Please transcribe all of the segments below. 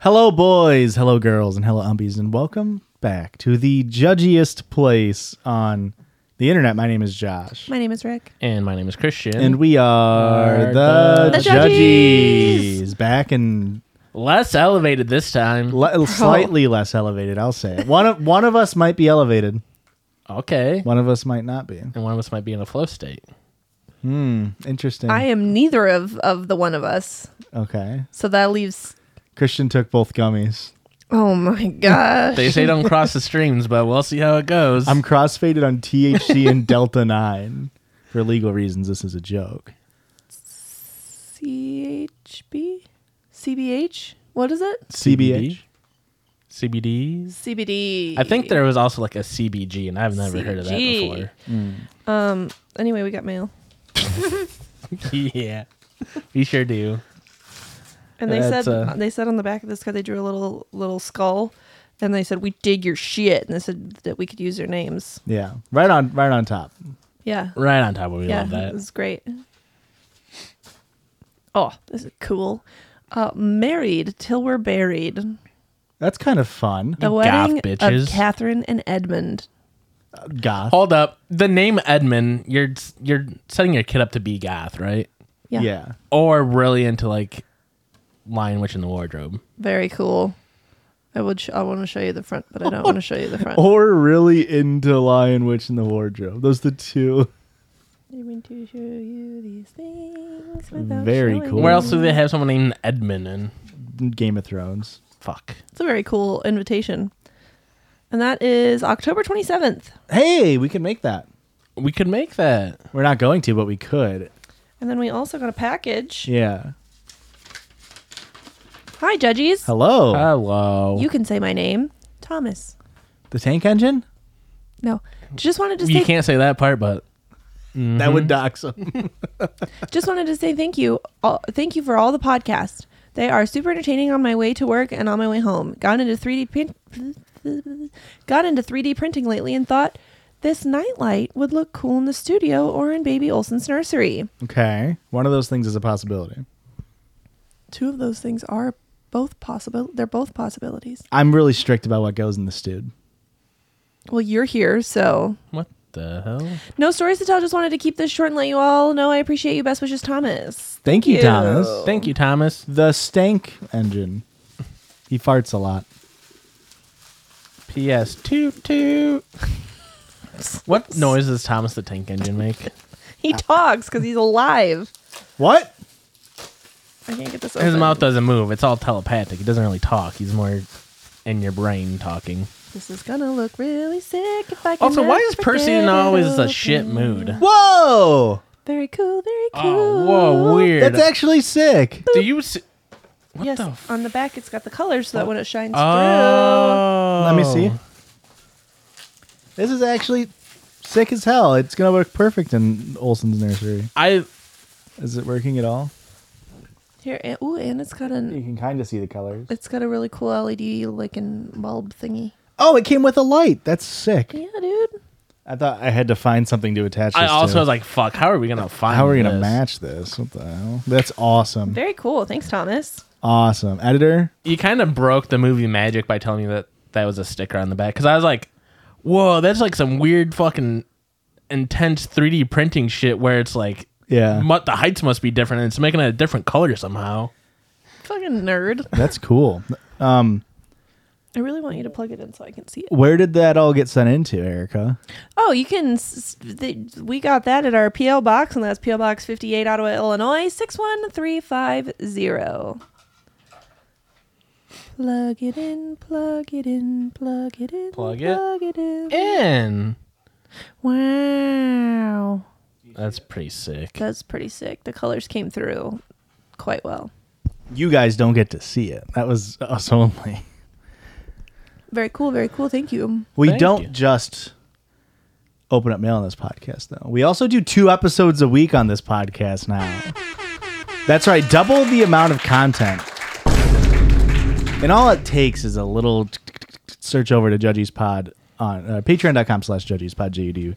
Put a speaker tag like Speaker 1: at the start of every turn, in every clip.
Speaker 1: Hello, boys. Hello, girls, and hello, umbies, and welcome back to the judgiest place on the internet. My name is Josh,
Speaker 2: My name is Rick.
Speaker 3: And my name is Christian.
Speaker 1: and we are
Speaker 3: Are
Speaker 1: the,
Speaker 3: the
Speaker 1: judgies. Back and
Speaker 3: less elevated this time.
Speaker 1: le- slightly less elevated, I'll say. One of one of us might be elevated.
Speaker 3: okay.
Speaker 1: One of us might not be.
Speaker 3: And one of us might be in a flow state.
Speaker 1: Interesting.
Speaker 2: I am neither of, of the one of us.
Speaker 1: okay.
Speaker 2: So that leaves.
Speaker 1: Christian took both gummies.
Speaker 2: Oh my gosh.
Speaker 3: They say don't cross the streams, but we'll see how it goes.
Speaker 1: I'm crossfaded on THC and Delta Nine for legal reasons. This is a joke.
Speaker 2: CHB? CBH? What is it?
Speaker 1: CBH.
Speaker 3: CBDs.
Speaker 2: CBD.
Speaker 3: I think there was also like a CBG, and I've never heard of that
Speaker 4: CBG.
Speaker 3: before. Mm.
Speaker 2: Um. Anyway, we got mail.
Speaker 3: yeah. We sure do.
Speaker 2: And they
Speaker 1: That's,
Speaker 2: said
Speaker 1: uh,
Speaker 2: they said on the back of this card they drew a little little skull, and they said we dig your shit, and they said that we could use their names.
Speaker 1: Yeah. Right on. Right on top.
Speaker 2: Yeah.
Speaker 3: Right on top of it. We
Speaker 2: yeah.
Speaker 3: love
Speaker 2: It
Speaker 3: that.
Speaker 2: was great. Oh, this is cool. Uh, married till we're buried.
Speaker 1: That's kind of fun.
Speaker 2: The
Speaker 3: goth
Speaker 2: wedding
Speaker 3: bitches.
Speaker 2: of Catherine and Edmund.
Speaker 1: Goth.
Speaker 3: Hold up. The name Edmund, you're you're setting your kid up to be goth, right?
Speaker 2: Yeah.
Speaker 1: yeah.
Speaker 3: Or really into like Lion Witch in the Wardrobe.
Speaker 2: Very cool. I would. Sh- I want to show you the front, but I don't want to show you the front.
Speaker 3: Oh.
Speaker 1: Or really into Lion Witch in the Wardrobe. Those the two.
Speaker 2: I mean to show you these things. without
Speaker 1: Very
Speaker 2: showing
Speaker 1: cool.
Speaker 2: you.
Speaker 3: Mm, Where else do they have someone named Edmund? And
Speaker 1: Game of Thrones.
Speaker 3: fuck.
Speaker 2: It's a very cool invitation, and that is October twenty seventh.
Speaker 1: Hey, we could make that.
Speaker 3: We could make that.
Speaker 1: We're not going to, but we could.
Speaker 2: And then we also got a package.
Speaker 1: Yeah.
Speaker 2: Hi, judges.
Speaker 1: Hello.
Speaker 3: Hello.
Speaker 2: You can say my name, Thomas.
Speaker 1: the tank engine?
Speaker 2: No, just wanted to
Speaker 3: you
Speaker 2: say
Speaker 3: can't say that part, but
Speaker 1: That would dox him.
Speaker 2: just wanted to say thank you. All, thank you for all the podcasts. They are super entertaining on my way to work and on my way home. Got into 3D print, got into 3D printing lately and thought this nightlight would look cool in the studio or in Baby Olson's nursery.
Speaker 1: okay. One of those things is a possibility.
Speaker 2: Two of those things are both possible. They're both possibilities.
Speaker 1: I'm really strict about what goes in the stewed.
Speaker 2: Well, you're here, so
Speaker 3: what the hell?
Speaker 2: no stories to tell. Just wanted to keep this short and let you all know I appreciate you. Best wishes, Thomas.
Speaker 1: Thank you, Thomas.
Speaker 3: Thank you, Thomas.
Speaker 1: The stank engine. He farts a lot.
Speaker 3: P.S. Toot toot. What noise does Thomas the Tank Engine make?
Speaker 2: He talks because he's alive.
Speaker 1: What?
Speaker 2: I can't get this.
Speaker 3: His
Speaker 2: open.
Speaker 3: mouth doesn't move. It's all telepathic. He doesn't really talk. He's more in your brain talking.
Speaker 2: This is gonna look really sick if I can.
Speaker 3: Also, why
Speaker 2: never
Speaker 3: is Percy
Speaker 2: forget
Speaker 3: in
Speaker 2: it
Speaker 3: always a
Speaker 2: all.
Speaker 3: shit mood?
Speaker 1: Whoa!
Speaker 2: Very cool, very cool.
Speaker 3: Oh, whoa, weird.
Speaker 1: That's actually sick.
Speaker 3: Do you? See- what
Speaker 2: yes,
Speaker 3: the? F-
Speaker 2: on the back it's got the colors so that when it shines
Speaker 3: oh.
Speaker 1: Let me see. This is actually sick as hell. It's gonna work perfect in Olson's nursery.
Speaker 3: I
Speaker 1: Is it working at all?
Speaker 2: through. Here, and, ooh, and it's got
Speaker 1: You
Speaker 2: an
Speaker 1: can kind of see the colors.
Speaker 2: it's got a really cool LED like and bulb thingy.
Speaker 1: Oh, it came with a light. That's sick.
Speaker 2: Yeah, dude.
Speaker 1: I thought I had to find something to attach. This
Speaker 3: I also
Speaker 1: to.
Speaker 3: was like, fuck. How are we gonna find?
Speaker 1: how are we gonna
Speaker 3: this?
Speaker 1: match this? What the hell? That's awesome.
Speaker 2: Very cool. Thanks, Thomas.
Speaker 1: Awesome, editor.
Speaker 3: you kind of broke the movie magic by telling me that that was a sticker on the back because I was like, "Whoa, that's like some weird fucking intense 3D printing shit where it's like,
Speaker 1: Yeah,
Speaker 3: mu- the heights must be different and it's making it a different color somehow."
Speaker 2: Fucking nerd.
Speaker 1: that's cool. Um,
Speaker 2: I really want you to plug it in so I can see it.
Speaker 1: Where did that all get sent into, Erica?
Speaker 2: Oh, you can. s- s- The, we got that at our PL box, and that's PL Box 58, Ottawa, Illinois, 61350. Plug it in, plug it in, plug it in.
Speaker 3: Plug it Eh.
Speaker 2: Plug it in.
Speaker 3: In.
Speaker 2: Wow.
Speaker 3: That's pretty sick.
Speaker 2: That's pretty sick. The colors came through quite well.
Speaker 1: You guys don't get to see it. That was us only.
Speaker 2: Very cool, very cool. Thank you.
Speaker 1: We
Speaker 3: Thank
Speaker 1: don't
Speaker 3: you.
Speaker 1: just open up mail on this podcast, though. We also do two episodes a week on this podcast now. That's right, double the amount of content. And all it takes is a little t- t- t- t- search over to Judgy's Pod on uh, patreon.com slash Judgy's Pod, J-U-D,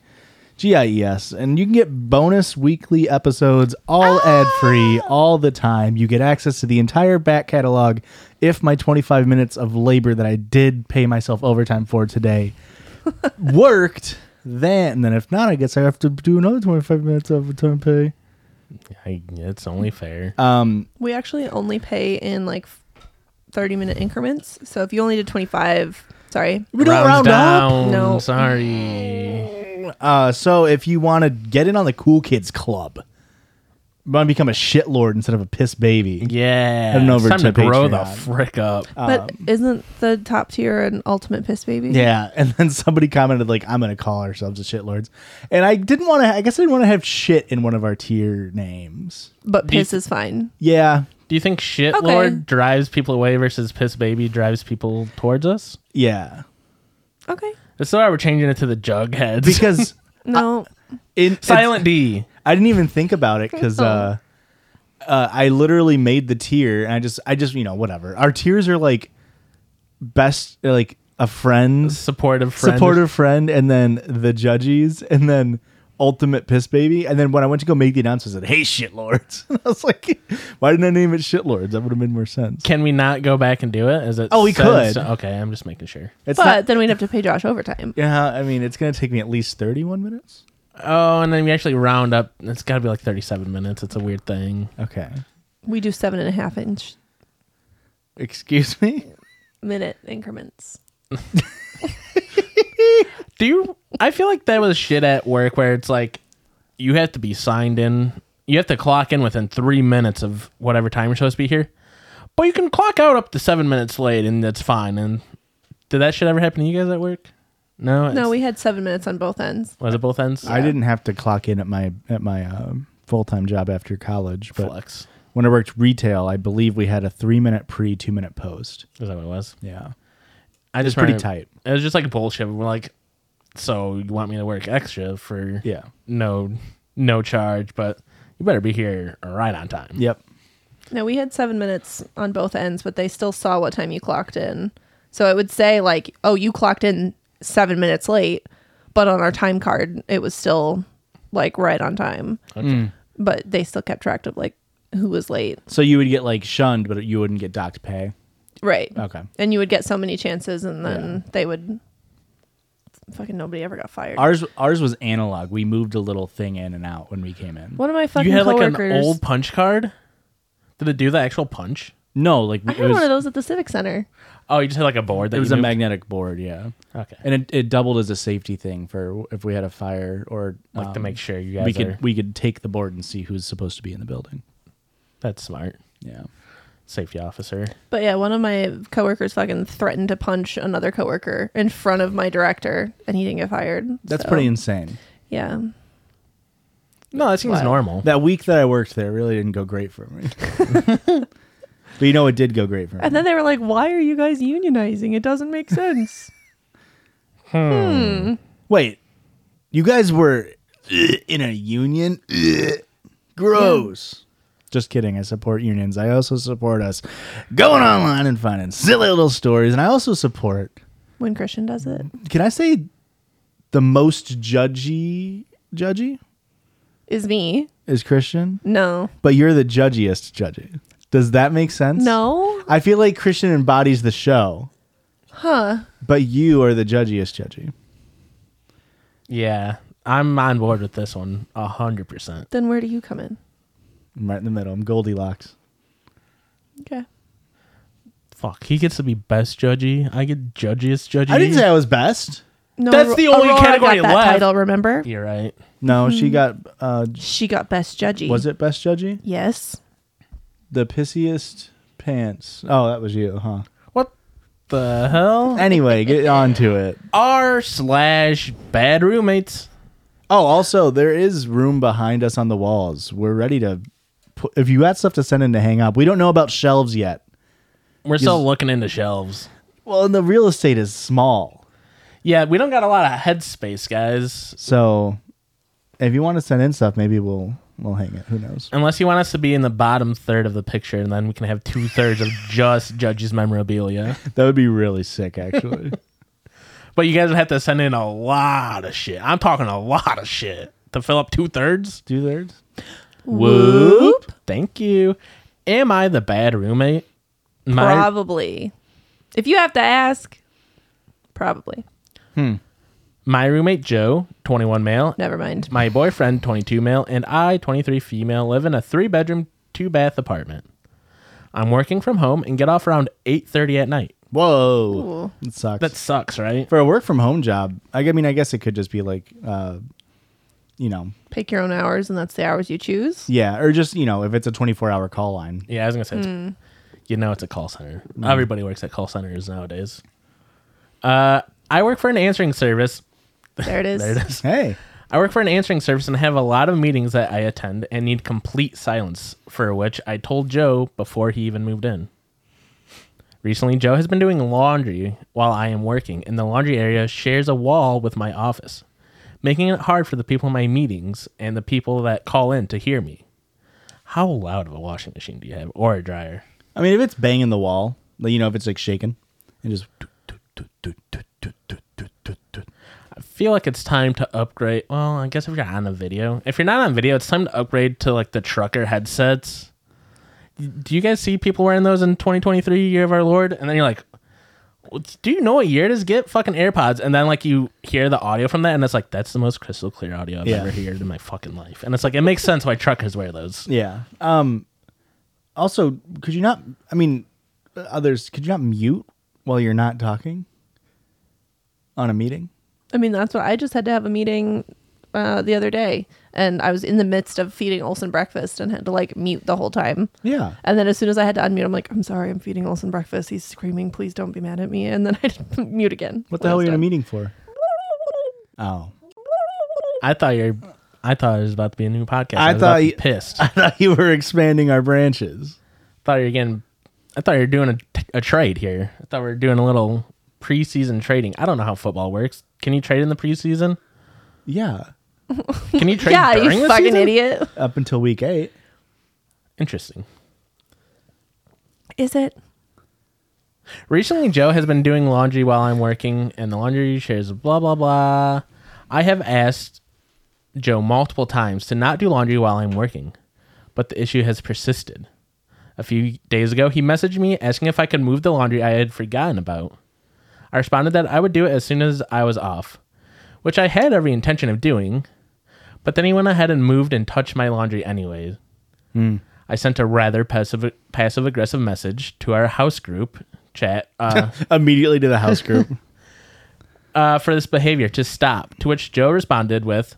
Speaker 1: G-I-E-S. E And you can get bonus weekly episodes, all ad-free, all the time. You get access to the entire back catalog if my 25 minutes of labor that I did pay myself overtime for today worked. Then, and then if not, I guess I have to do another 25 minutes of overtime pay. Um,
Speaker 3: I, it's only fair.
Speaker 1: Uh,
Speaker 2: We actually only pay in like 30 minute increments. So if you only did 25, sorry.
Speaker 1: We don't round
Speaker 3: Rounds
Speaker 1: up.
Speaker 3: down.
Speaker 2: No.
Speaker 3: Sorry.
Speaker 1: Uh, so if you want to get in on the cool kids club, want to become a shitlord instead of a piss baby,
Speaker 3: Yeah.
Speaker 1: Head on over
Speaker 3: it's time
Speaker 1: to
Speaker 3: to, grow the
Speaker 1: Patreon.
Speaker 3: frick up.
Speaker 2: But isn't the top tier an ultimate piss baby?
Speaker 1: Um, yeah. And then somebody commented like, "I'm gonna call ourselves the shitlords," and I didn't want to. I guess I didn't want to have shit in one of our tier names.
Speaker 2: But
Speaker 3: Do you-
Speaker 2: piss is fine.
Speaker 1: Yeah,
Speaker 3: Do you think shit
Speaker 2: Okay.
Speaker 3: lord drives people away versus piss baby drives people towards us?
Speaker 1: yeah,
Speaker 2: Okay.
Speaker 3: That's why we're changing it to the jugheads.
Speaker 1: because
Speaker 2: No.
Speaker 1: in
Speaker 3: Silent D.
Speaker 1: I didn't even think about it because uh, uh, I literally made the tier, and I just, I just, you know, whatever. Our tiers are like best, like a friend,
Speaker 3: Supportive friend.
Speaker 1: supporter friend, and then the judges, and then ultimate piss baby. And then when I went to go make the announcement, I said, "Hey, shitlords!" And I was like, "Why didn't I name it shitlords? That would have made more sense."
Speaker 3: Can we not go back and do it? Is it?
Speaker 1: Oh, we
Speaker 3: says-
Speaker 1: could.
Speaker 3: Okay, I'm just making sure.
Speaker 1: It's
Speaker 2: but
Speaker 1: not,
Speaker 2: then we'd have to pay Josh overtime.
Speaker 1: yeah, I mean, it's gonna take me at least thirty-one minutes.
Speaker 3: Oh, and then we actually round up. It's got to be like 37 minutes. It's a weird thing.
Speaker 1: Okay,
Speaker 2: We do seven and a half inch
Speaker 1: excuse me.
Speaker 2: minute increments.
Speaker 3: Do you? I feel like that was shit at work where it's like you have to be signed in. You have to clock in within three minutes of whatever time you're supposed to be here, but you can clock out up to seven minutes late, and that's fine. And did that shit ever happen to you guys at work? No.
Speaker 2: No,
Speaker 3: It's-
Speaker 2: we had seven minutes on both ends.
Speaker 3: was it both ends.
Speaker 1: I didn't have to clock in at my at my um, full time job after college, but
Speaker 3: flex.
Speaker 1: when I worked retail, I believe we had a three minute pre, two minute post.
Speaker 3: Is that what it was?
Speaker 1: Yeah,
Speaker 3: I just
Speaker 1: pretty
Speaker 3: remember-
Speaker 1: tight.
Speaker 3: It was just like bullshit. We're like, so you want me to work extra for
Speaker 1: Yeah.
Speaker 3: no no charge, but you better be here right on time.
Speaker 1: Yep.
Speaker 2: No, we had seven minutes on both ends, but they still saw what time you clocked in. So it would say like, "Oh, you clocked in seven minutes late," but on our time card, it was still like right on time.
Speaker 3: Okay.
Speaker 2: But they still kept track of like who was late,
Speaker 1: So you would get like shunned, but you wouldn't get docked pay.
Speaker 2: right?
Speaker 1: Okay.
Speaker 2: And you would get so many chances, and then they would. Fucking nobody ever got fired.
Speaker 1: Ours ours was analog. We moved a little thing in and out when we came in.
Speaker 2: One of my fucking
Speaker 3: You had like an
Speaker 2: coworkers.
Speaker 3: old punch card. Did it do the actual punch?
Speaker 1: No, like
Speaker 2: I
Speaker 1: it
Speaker 2: had one of
Speaker 1: was
Speaker 2: those at the Civic Center.
Speaker 3: Oh, you just had like a board. That
Speaker 1: it was
Speaker 3: you
Speaker 1: a
Speaker 3: moved?
Speaker 1: magnetic board, yeah,
Speaker 3: Okay,
Speaker 1: and it, it doubled as a safety thing for if we had a fire or
Speaker 3: like to
Speaker 1: um,
Speaker 3: make sure you guys
Speaker 1: we
Speaker 3: are.
Speaker 1: could we could take the board and see who's supposed to be in the building.
Speaker 3: that's smart.
Speaker 1: Yeah.
Speaker 3: Safety officer.
Speaker 2: But yeah, one of my coworkers fucking threatened to punch another coworker in front of my director, and he didn't get fired.
Speaker 1: That's
Speaker 2: So,
Speaker 1: pretty insane.
Speaker 2: Yeah,
Speaker 3: No, that seems
Speaker 2: Wow.
Speaker 3: normal.
Speaker 1: That week that I worked there really didn't go great for me. but you know it did go great for me.
Speaker 2: and then they were like, "Why are you guys unionizing? It doesn't make sense."
Speaker 1: Wait, you guys were eh, in a union? Eh, Gross. Just kidding. I support unions. I also support us going online and finding silly little stories. And I also support,
Speaker 2: when Christian does it,
Speaker 1: can I say the most judgy, judgy
Speaker 2: is me?
Speaker 1: is Christian?
Speaker 2: No,
Speaker 1: But you're the judgiest judgy. Does that make sense?
Speaker 2: no,
Speaker 1: I feel like Christian embodies the show,
Speaker 2: huh?
Speaker 1: but you are the judgiest judgy.
Speaker 3: Yeah, I'm on board with this one a hundred percent.
Speaker 2: Then where do you come in?
Speaker 1: I'm right in the middle. I'm Goldilocks.
Speaker 2: Okay,
Speaker 3: Fuck, he gets to be best judgy. I get judgiest judgy.
Speaker 1: I didn't say I was best.
Speaker 2: No,
Speaker 3: That's the only
Speaker 2: Aurora
Speaker 3: category
Speaker 2: got that
Speaker 3: left.
Speaker 2: title. Remember,
Speaker 3: You're right.
Speaker 1: No, she got. uh
Speaker 2: she got best judgy.
Speaker 1: Was it best judgy?
Speaker 2: Yes.
Speaker 1: The pissiest pants. Oh, that was you, huh?
Speaker 3: What the hell?
Speaker 1: Anyway, get on to it.
Speaker 3: R slash bad roommates.
Speaker 1: Oh, also there is room behind us on the walls. We're ready to. Put, if you got stuff to send in to hang up, we don't know about shelves yet.
Speaker 3: We're still looking into shelves.
Speaker 1: Well, and the real estate is small,
Speaker 3: Yeah, we don't got a lot of headspace, guys.
Speaker 1: so if you want to send in stuff, maybe we'll we'll hang it. Who knows?
Speaker 3: Unless you want us to be in the bottom third of the picture, and then we can have two thirds of just judges memorabilia.
Speaker 1: That would be really sick, actually.
Speaker 3: But you guys would have to send in a lot of shit. I'm talking a lot of shit to fill up two thirds.
Speaker 1: Two thirds.
Speaker 3: Whoop. Thank you. Am I the bad roommate? My-
Speaker 2: Probably. If you have to ask, probably.
Speaker 3: My roommate Joe, 21 male,
Speaker 2: Never mind.
Speaker 3: my boyfriend 22 male, and I 23 female live in a 3 bedroom, 2 bath apartment. I'm working from home and get off around 8:30 at night.
Speaker 1: Whoa, it sucks.
Speaker 3: That sucks, right?
Speaker 1: for a work from home job. I g- I mean, I guess it could just be like, uh, you know,
Speaker 2: Pick your own hours, and that's the hours you choose.
Speaker 1: yeah, or just you know, if it's a twenty four hour call line.
Speaker 3: Yeah, I was going to say it's, you know it's a call center. Everybody works at call centers nowadays. Uh, I work for an answering service.
Speaker 2: There it is.
Speaker 3: There it is.
Speaker 1: Hey,
Speaker 3: I work for an answering service and have a lot of meetings that I attend and need complete silence, for which I told Joe before he even moved in. Recently, Joe has been doing laundry while I am working, and the laundry area shares a wall with my office, making it hard for the people in my meetings and the people that call in to hear me. How loud of a washing machine do you have, or a dryer?
Speaker 1: I mean, if it's banging the wall, like you know, if it's like shaking, and just
Speaker 3: I feel like it's time to upgrade. Well, I guess if you're on a video, if you're not on video, it's time to upgrade to like the trucker headsets. Do you guys see people wearing those in 2023 year of our Lord? And then you're like, do you know what year it is? Get fucking AirPods. And then like you hear the audio from that, and it's like that's the most crystal clear audio I've
Speaker 1: Yeah.
Speaker 3: ever heard in my fucking life. And it's like it makes sense why truckers wear those.
Speaker 1: yeah. Um, also, could you not? I mean, others, could you not mute while you're not talking on a meeting?
Speaker 2: I mean, that's what I just had to have a meeting uh, the other day, and I was in the midst of feeding Olson breakfast and had to like mute the whole time.
Speaker 1: Yeah.
Speaker 2: And then as soon as I had to unmute, I'm like, I'm sorry, I'm feeding Olson breakfast. He's screaming, please don't be mad at me. And then I had to mute again.
Speaker 1: What the hell are you in a
Speaker 2: meet?
Speaker 1: meeting for? Oh,
Speaker 3: I thought you're. I thought it was about to be a new podcast.
Speaker 1: I
Speaker 3: was about
Speaker 1: thought
Speaker 3: to be
Speaker 1: you-
Speaker 3: pissed.
Speaker 1: I thought you were expanding our branches.
Speaker 3: thought you were getting. I thought you were doing a, a trade here. I thought we were doing a little preseason trading. I don't know how football works. Can you trade in the preseason?
Speaker 1: Yeah.
Speaker 3: Can you trade
Speaker 2: Yeah,
Speaker 3: during
Speaker 2: you
Speaker 3: the
Speaker 2: fucking
Speaker 3: season?
Speaker 2: idiot.
Speaker 1: Up until week eight.
Speaker 3: Interesting.
Speaker 2: Is it?
Speaker 3: Recently, Joe has been doing laundry while I'm working, and the laundry shares blah blah blah. I have asked Joe multiple times to not do laundry while I'm working, but the issue has persisted. A few days ago, he messaged me asking if I could move the laundry I had forgotten about. I responded that I would do it as soon as I was off, which I had every intention of doing, but then he went ahead and moved and touched my laundry anyways. I sent a rather passive passive aggressive message to our house group chat uh,
Speaker 1: Immediately to the house group.
Speaker 3: uh, for this behavior to stop. To which Joe responded with,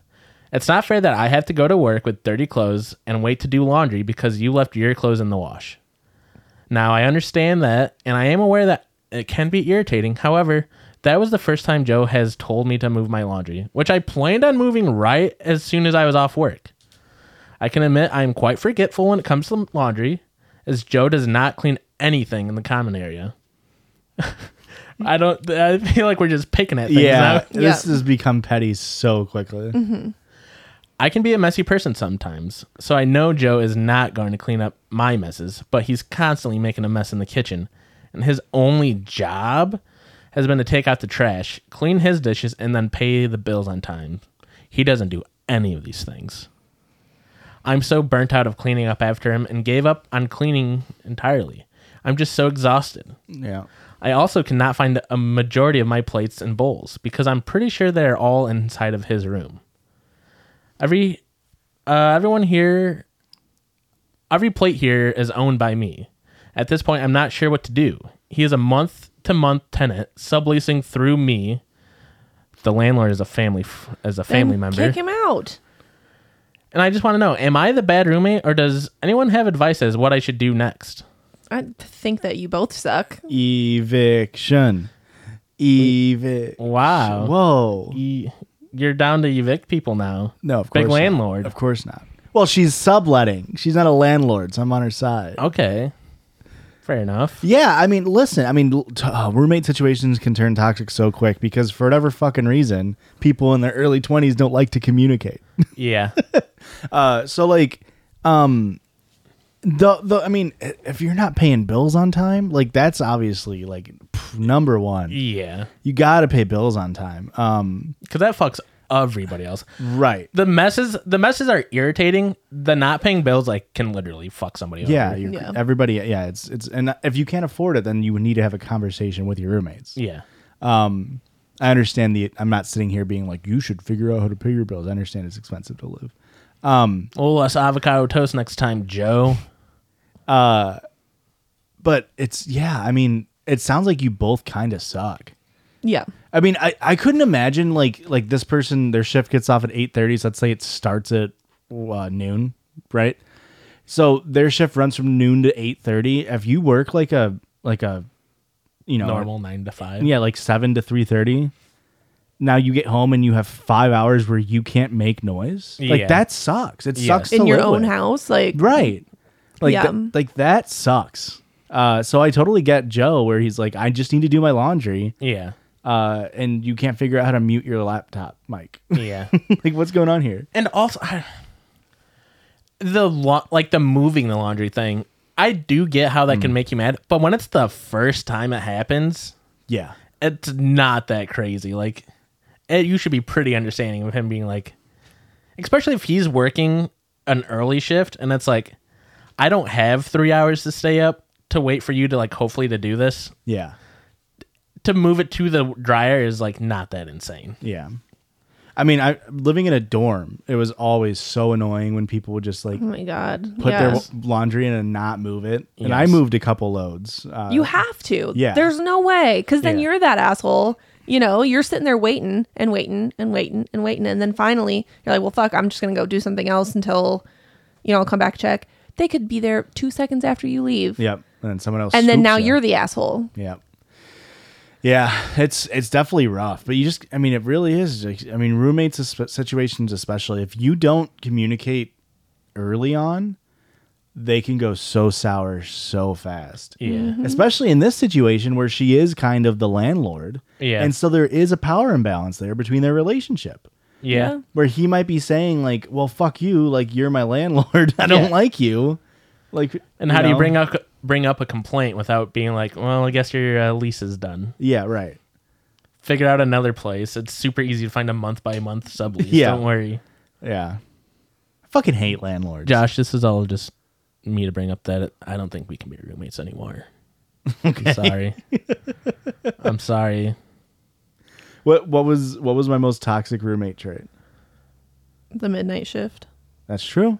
Speaker 3: "It's not fair that I have to go to work with dirty clothes and wait to do laundry because you left your clothes in the wash." Now I understand that, and I am aware that it can be irritating. However, that was the first time Joe has told me to move my laundry, which I planned on moving right as soon as I was off work. I can admit I am quite forgetful when it comes to laundry, as Joe does not clean anything in the common area. I don't. I feel like we're just picking at things. now.
Speaker 1: yeah. Mm-hmm. This
Speaker 2: Yeah.
Speaker 1: has become petty so quickly.
Speaker 3: I can be a messy person sometimes, so I know Joe is not going to clean up my messes, but he's constantly making a mess in the kitchen, and his only job has been to take out the trash, clean his dishes, and then pay the bills on time. He doesn't do any of these things. I'm so burnt out of cleaning up after him and gave up on cleaning entirely. I'm just so exhausted.
Speaker 1: Yeah.
Speaker 3: I also cannot find a majority of my plates and bowls because I'm pretty sure they are all inside of his room. Every uh, everyone here, every plate here is owned by me. At this point, I'm not sure what to do. He is a month to month tenant, subleasing through me. The landlord is a family f- as a family
Speaker 2: Then
Speaker 3: member.
Speaker 2: Kick him out.
Speaker 3: And I just want to know, am I the bad roommate or does anyone have advice as what I should do next?
Speaker 2: I think that you both suck.
Speaker 1: Eviction. Eviction.
Speaker 3: Wow.
Speaker 1: Whoa.
Speaker 3: Y- You're down to evict people now.
Speaker 1: No, of course.
Speaker 3: Big
Speaker 1: not.
Speaker 3: landlord.
Speaker 1: Of course not. Well, she's subletting. She's not a landlord, so I'm on her side.
Speaker 3: Oh. Okay. Fair enough.
Speaker 1: Yeah, I mean, listen, I mean, l- t- uh, roommate situations can turn toxic so quick because for whatever fucking reason, people in their early 20s don't like to communicate.
Speaker 3: Yeah.
Speaker 1: Uh, so like um the the I mean, i- if you're not paying bills on time, like that's obviously like pff, number 1.
Speaker 3: yeah.
Speaker 1: You got to pay bills on time. Um
Speaker 3: Cuz that fucks everybody else.
Speaker 1: right.
Speaker 3: The messes the messes are irritating. The not paying bills like can literally fuck somebody
Speaker 1: Yeah,
Speaker 3: over.
Speaker 1: you're,
Speaker 2: Yeah.
Speaker 1: everybody yeah, it's it's and if you can't afford it, then you need to have a conversation with your roommates.
Speaker 3: Yeah.
Speaker 1: I understand the. I'm not sitting here being like, you should figure out how to pay your bills. I understand it's expensive to live.
Speaker 3: A little less avocado toast next time, Joe.
Speaker 1: but it's yeah i mean it sounds like you both kind of suck
Speaker 2: Yeah.
Speaker 1: i mean I, I couldn't imagine like like this person their shift gets off at 8.30 so let's say it starts at uh, noon right so their shift runs from noon to 8.30 if you work like a like a you know
Speaker 3: Normal 9 to 5.
Speaker 1: yeah like 7 to 3.30 now you get home and you have five hours where you can't make noise
Speaker 3: Yeah.
Speaker 1: like that sucks it
Speaker 3: Yeah.
Speaker 1: sucks
Speaker 2: In
Speaker 1: to
Speaker 2: your
Speaker 1: live
Speaker 2: own
Speaker 1: with.
Speaker 2: house, like
Speaker 1: Right. Like
Speaker 2: Yeah.
Speaker 1: tha- like that sucks. Uh, so I totally get Joe where he's like, I just need to do my laundry,
Speaker 3: Yeah.
Speaker 1: uh, and you can't figure out how to mute your laptop mic.
Speaker 3: Yeah.
Speaker 1: like, what's going on here?
Speaker 3: and also I, the la- like the moving the laundry thing i do get how that can make you mad but when it's the first time it happens
Speaker 1: Yeah,
Speaker 3: it's not that crazy like eh, you should be pretty understanding of him being like especially if he's working an early shift and it's like i don't have three hours to stay up to wait for you to like hopefully to do this
Speaker 1: yeah,
Speaker 3: to move it to the dryer is like not that insane
Speaker 1: yeah. I mean, I living in a dorm, it was always so annoying when people would just like
Speaker 2: Oh my god.
Speaker 1: put their
Speaker 2: yes.
Speaker 1: w- laundry in and not move it. And I
Speaker 3: Yes.
Speaker 1: moved a couple loads. Uh,
Speaker 2: you have to.
Speaker 1: yeah.
Speaker 2: There's no way. Cause then
Speaker 1: Yeah.
Speaker 2: you're that asshole. You know, you're sitting there waiting and waiting and waiting and waiting. And then finally you're like, well fuck, I'm just gonna go do something else until you know, I'll come back check. They could be there two seconds after you leave.
Speaker 1: yep. And then someone else.
Speaker 2: And then
Speaker 1: swoops
Speaker 2: now
Speaker 1: in.
Speaker 2: you're the asshole.
Speaker 1: Yeah. Yeah, it's it's definitely rough, but you just I mean it really is. like, I mean roommates is- situations especially if you don't communicate early on, they can go so sour so fast.
Speaker 3: yeah
Speaker 2: Mm-hmm.
Speaker 1: Especially in this situation where she is kind of the landlord.
Speaker 3: Yeah.
Speaker 1: And so there is a power imbalance there between their relationship
Speaker 3: yeah
Speaker 1: where he might be saying like, "Well, fuck you, like you're my landlord. I don't
Speaker 3: Yeah.
Speaker 1: like you." Like
Speaker 3: And how do you
Speaker 1: know?
Speaker 3: bring up bring up a complaint without being like, well, I guess your uh, lease is done.
Speaker 1: Yeah, right.
Speaker 3: Figure out another place. It's super easy to find a month by month sublease.
Speaker 1: Yeah.
Speaker 3: Don't worry,
Speaker 1: Yeah. I fucking hate landlords.
Speaker 3: Josh. This is all just me to bring up that I don't think we can be roommates anymore. I'm sorry. I'm sorry.
Speaker 1: What what was what was my most toxic roommate trait?
Speaker 2: The midnight shift.
Speaker 1: That's true.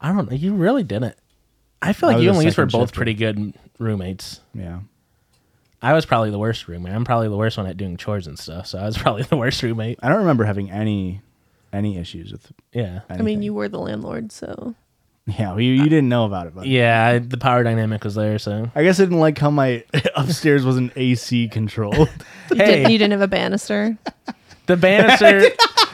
Speaker 3: I don't know. You really didn't. I feel like
Speaker 1: I was
Speaker 3: you
Speaker 1: a
Speaker 3: and Lise were
Speaker 1: second
Speaker 3: both
Speaker 1: shifter.
Speaker 3: pretty good roommates.
Speaker 1: Yeah.
Speaker 3: I was probably the worst roommate. I'm probably the worst one at doing chores and stuff. So I was probably the worst roommate.
Speaker 1: I don't remember having any any issues with
Speaker 3: Yeah.
Speaker 2: I mean,
Speaker 1: anything.
Speaker 2: you were the landlord, so
Speaker 1: Yeah, well, you, you didn't know about it, but
Speaker 3: Yeah. I, the power dynamic was there. So
Speaker 1: I guess I didn't like how my upstairs was an AC control.
Speaker 3: hey,
Speaker 2: Did, you didn't have a banister.
Speaker 3: The banister,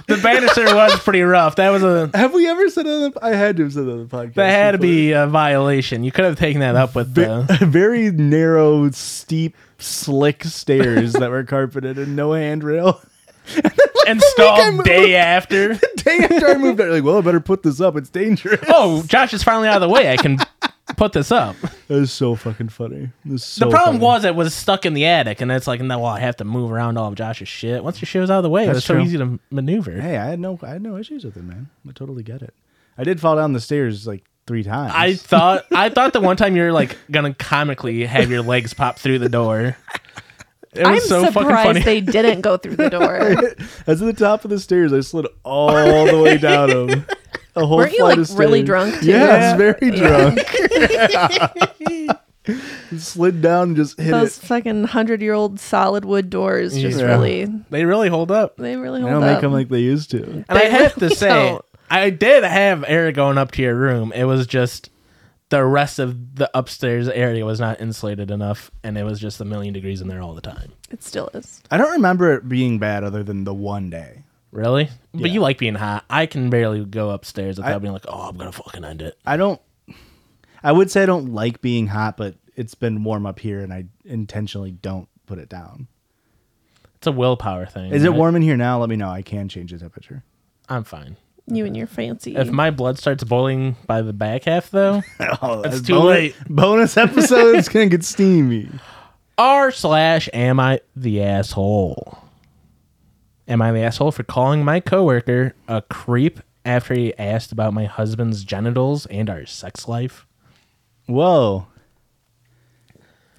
Speaker 3: the banister was pretty rough. That was a
Speaker 1: have we ever said that? I had to have said that on the podcast.
Speaker 3: that had to
Speaker 1: before.
Speaker 3: be a violation. You could have taken that up with the.
Speaker 1: very narrow, steep, slick stairs that were carpeted and no handrail.
Speaker 3: Installed day after.
Speaker 1: Day after I moved out, like, well, I better put this up. It's dangerous.
Speaker 3: Oh, Josh is finally out of the way. I can put this up.
Speaker 1: That is so fucking funny. That is so
Speaker 3: the problem
Speaker 1: funny.
Speaker 3: was it was stuck in the attic, and it's like, no, well, I have to move around all of Josh's shit. Once your shit was out of the way, it
Speaker 1: That's
Speaker 3: was so
Speaker 1: true.
Speaker 3: easy to maneuver.
Speaker 1: Hey, I had no I had no issues with it, man. I totally get it. I did fall down the stairs like three times.
Speaker 3: I thought I thought the one time you were like gonna comically have your legs pop through the door. It was
Speaker 2: I'm
Speaker 3: so fucking funny.
Speaker 2: surprised they didn't go through the door.
Speaker 1: As at the top of the stairs, I slid all the way down them. A whole
Speaker 2: Weren't you,
Speaker 1: flight
Speaker 2: like,
Speaker 1: of stairs.
Speaker 2: really drunk, too?
Speaker 1: Yeah, I was very drunk. slid down and just hit
Speaker 2: Those
Speaker 1: it.
Speaker 2: fucking hundred year old solid wood doors just
Speaker 1: Yeah.
Speaker 2: really
Speaker 3: They really hold up.
Speaker 2: they really
Speaker 1: They
Speaker 2: hold
Speaker 1: don't
Speaker 2: up.
Speaker 1: make them like they used to.
Speaker 3: And I
Speaker 2: They
Speaker 3: have to
Speaker 2: really
Speaker 3: say,
Speaker 2: don't.
Speaker 3: I did have air going up to your room. It was just the rest of the upstairs area was not insulated enough, and it was just a million degrees in there all the time.
Speaker 2: it still is.
Speaker 1: I don't remember it being bad other than the one day.
Speaker 3: Really?
Speaker 1: Yeah.
Speaker 3: But you like being hot. I can barely go upstairs without
Speaker 1: I-
Speaker 3: being like, oh, I'm gonna fucking end it.
Speaker 1: I don't. I would say I don't like being hot, but it's been warm up here, and I intentionally don't put it down.
Speaker 3: It's a willpower thing.
Speaker 1: Is it
Speaker 3: right?
Speaker 1: warm in here now? Let me know. I can change the temperature.
Speaker 3: I'm fine.
Speaker 2: You and your fancy.
Speaker 1: Mm.
Speaker 3: If my blood starts boiling by the back half, though,
Speaker 1: Oh,
Speaker 3: It's too
Speaker 1: bonus,
Speaker 3: late.
Speaker 1: Bonus episode is gonna get steamy.
Speaker 3: r slash am I the asshole? Am I the asshole for calling my coworker a creep after he asked about my husband's genitals and our sex life?
Speaker 1: Whoa.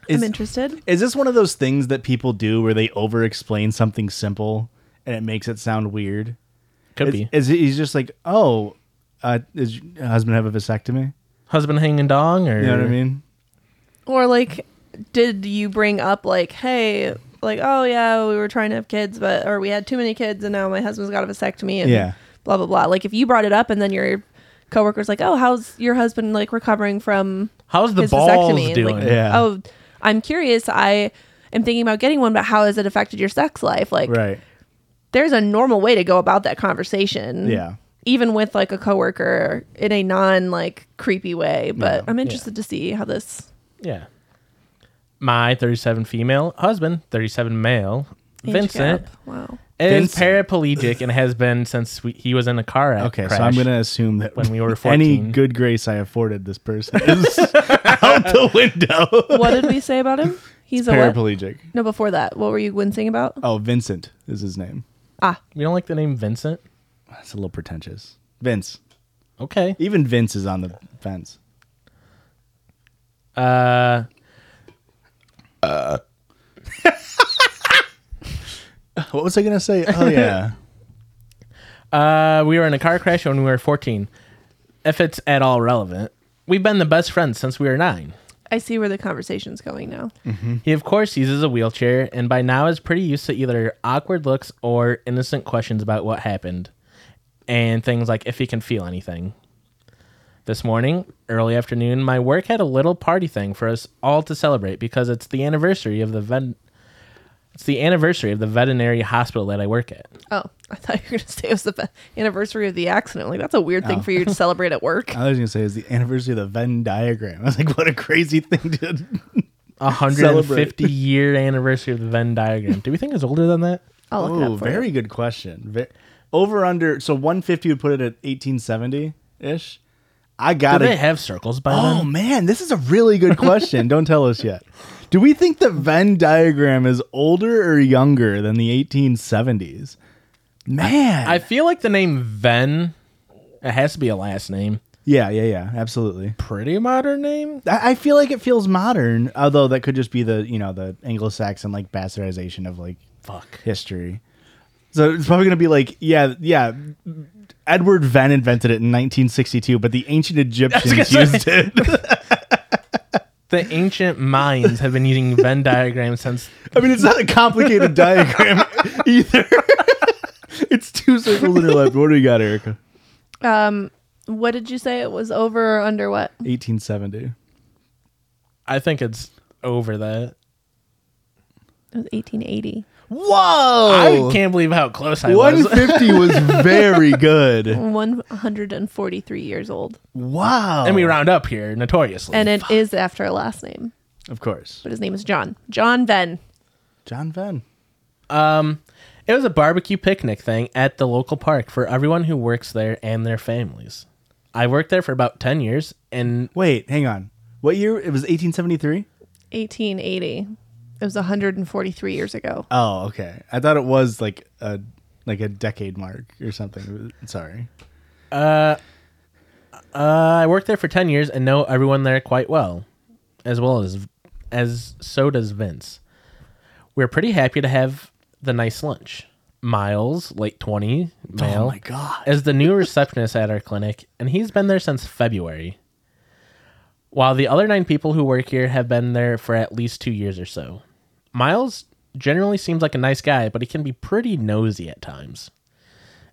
Speaker 1: Is,
Speaker 2: I'm interested.
Speaker 1: is this one of those things that people do where they over explain something simple and it makes it sound weird?
Speaker 3: Could
Speaker 1: Is,
Speaker 3: be
Speaker 1: is it, he's just like, oh, uh, does your husband have a vasectomy?
Speaker 3: husband hanging dong, or
Speaker 1: You know what I mean?
Speaker 2: Or like, did you bring up like, hey, like, oh yeah, we were trying to have kids, but or we had too many kids, and now my husband's got a vasectomy, and
Speaker 1: Yeah.
Speaker 2: blah blah blah. Like, if you brought it up, and then your coworker's like, oh, how's your husband like recovering from
Speaker 3: How's the
Speaker 2: his
Speaker 3: balls
Speaker 2: vasectomy?
Speaker 3: doing?
Speaker 2: Like,
Speaker 1: Yeah.
Speaker 2: oh, I'm curious. I am thinking about getting one, but how has it affected your sex life? Like,
Speaker 1: Right.
Speaker 2: there's a normal way to go about that conversation.
Speaker 1: Yeah.
Speaker 2: Even with like a coworker in a non like creepy way, but I'm interested to see how this
Speaker 3: Yeah. My 37 female husband, 37 male,
Speaker 2: age
Speaker 3: Vincent,
Speaker 2: gap- Wow.
Speaker 3: is
Speaker 1: Vincent.
Speaker 3: paraplegic and has been since we, he was in a car ac-
Speaker 1: Okay,
Speaker 3: crash.
Speaker 1: so I'm gonna assume that
Speaker 3: when we were
Speaker 1: any
Speaker 3: 14.
Speaker 1: good grace I afforded this person is out the window.
Speaker 2: What did we say about him? He's a what?
Speaker 1: Paraplegic.
Speaker 2: No, before that, what were you wincing about?
Speaker 1: Oh, Vincent is his name.
Speaker 3: We don't like the name Vincent?
Speaker 1: That's a little pretentious. Vince.
Speaker 3: Okay.
Speaker 1: Even Vince is on the fence.
Speaker 3: Uh,
Speaker 1: Uh. What was I gonna say? Oh yeah.
Speaker 3: Uh, we were in a car crash when we were 14. If it's at all relevant, we've been the best friends since we were nine.
Speaker 2: I see where the conversation's going now.
Speaker 1: Hmm.
Speaker 3: He, of course, uses a wheelchair and by now is pretty used to either awkward looks or innocent questions about what happened and things like if he can feel anything. This morning, early afternoon, my work had a little party thing for us all to celebrate because it's the anniversary of the vet- it's the anniversary of the veterinary hospital that I work at.
Speaker 2: Oh, I thought you were going to say it was the fa- anniversary of the accident. Like, that's a weird
Speaker 1: Oh.
Speaker 2: thing for you to celebrate at work.
Speaker 1: I was gonna say is the anniversary of the Venn diagram. I was like, what a crazy thing to
Speaker 3: 150 year anniversary of the Venn diagram. Do we think it's older than that?
Speaker 2: I'll look it
Speaker 1: Oh,
Speaker 2: up for
Speaker 1: very
Speaker 2: you.
Speaker 1: good question. Ve- Over under so 150 would put it at 1870 ish. I
Speaker 3: Do
Speaker 1: got
Speaker 3: they
Speaker 1: it.
Speaker 3: have circles by
Speaker 1: Oh
Speaker 3: then?
Speaker 1: man, this is a really good question. Don't tell us yet. Do we think the Venn diagram is older or younger than the 1870s? Man,
Speaker 3: I feel like the name Venn, it has to be a last name.
Speaker 1: yeah, yeah, yeah, absolutely.
Speaker 3: Pretty modern name?
Speaker 1: I I feel like it feels modern, although that could just be the you know the Anglo-Saxon like bastardization of like
Speaker 3: Fuck.
Speaker 1: history. So it's probably gonna be like yeah yeah. Edward Venn invented it in 1962, but the ancient Egyptians used it.
Speaker 3: The ancient Mayans have been using Venn diagrams since.
Speaker 1: I mean, it's not a complicated diagram either. it's two circles in your left. What do you got, Erica?
Speaker 2: What did you say? It was over or under what?
Speaker 1: 1870.
Speaker 3: I think it's over that.
Speaker 2: It was 1880.
Speaker 1: Whoa!
Speaker 3: I can't believe how close I was.
Speaker 1: 150 was very good.
Speaker 2: 143 years old.
Speaker 1: Wow.
Speaker 3: And we round up here notoriously.
Speaker 2: And it is after a last name,
Speaker 1: Of course.
Speaker 2: but his name is John. John Venn.
Speaker 1: John Venn.
Speaker 3: it was a barbecue picnic thing at the local park for everyone who works there and their families. I worked there for about 10 years and
Speaker 1: Wait, hang on. What year? It was 1873?
Speaker 2: 1880. It was 143 years ago.
Speaker 1: Oh, okay. I thought it was like a like a decade mark or something. Sorry.
Speaker 3: Uh, I worked there for ten years and know everyone there quite well, as well as as so does Vince. We're pretty happy to have the nice lunch. Miles, late twenty, male,
Speaker 1: my God.
Speaker 3: is the new receptionist at our clinic, and he's been there since February. while the other nine people who work here have been there for at least two years or so. Miles generally seems like a nice guy, but he can be pretty nosy at times.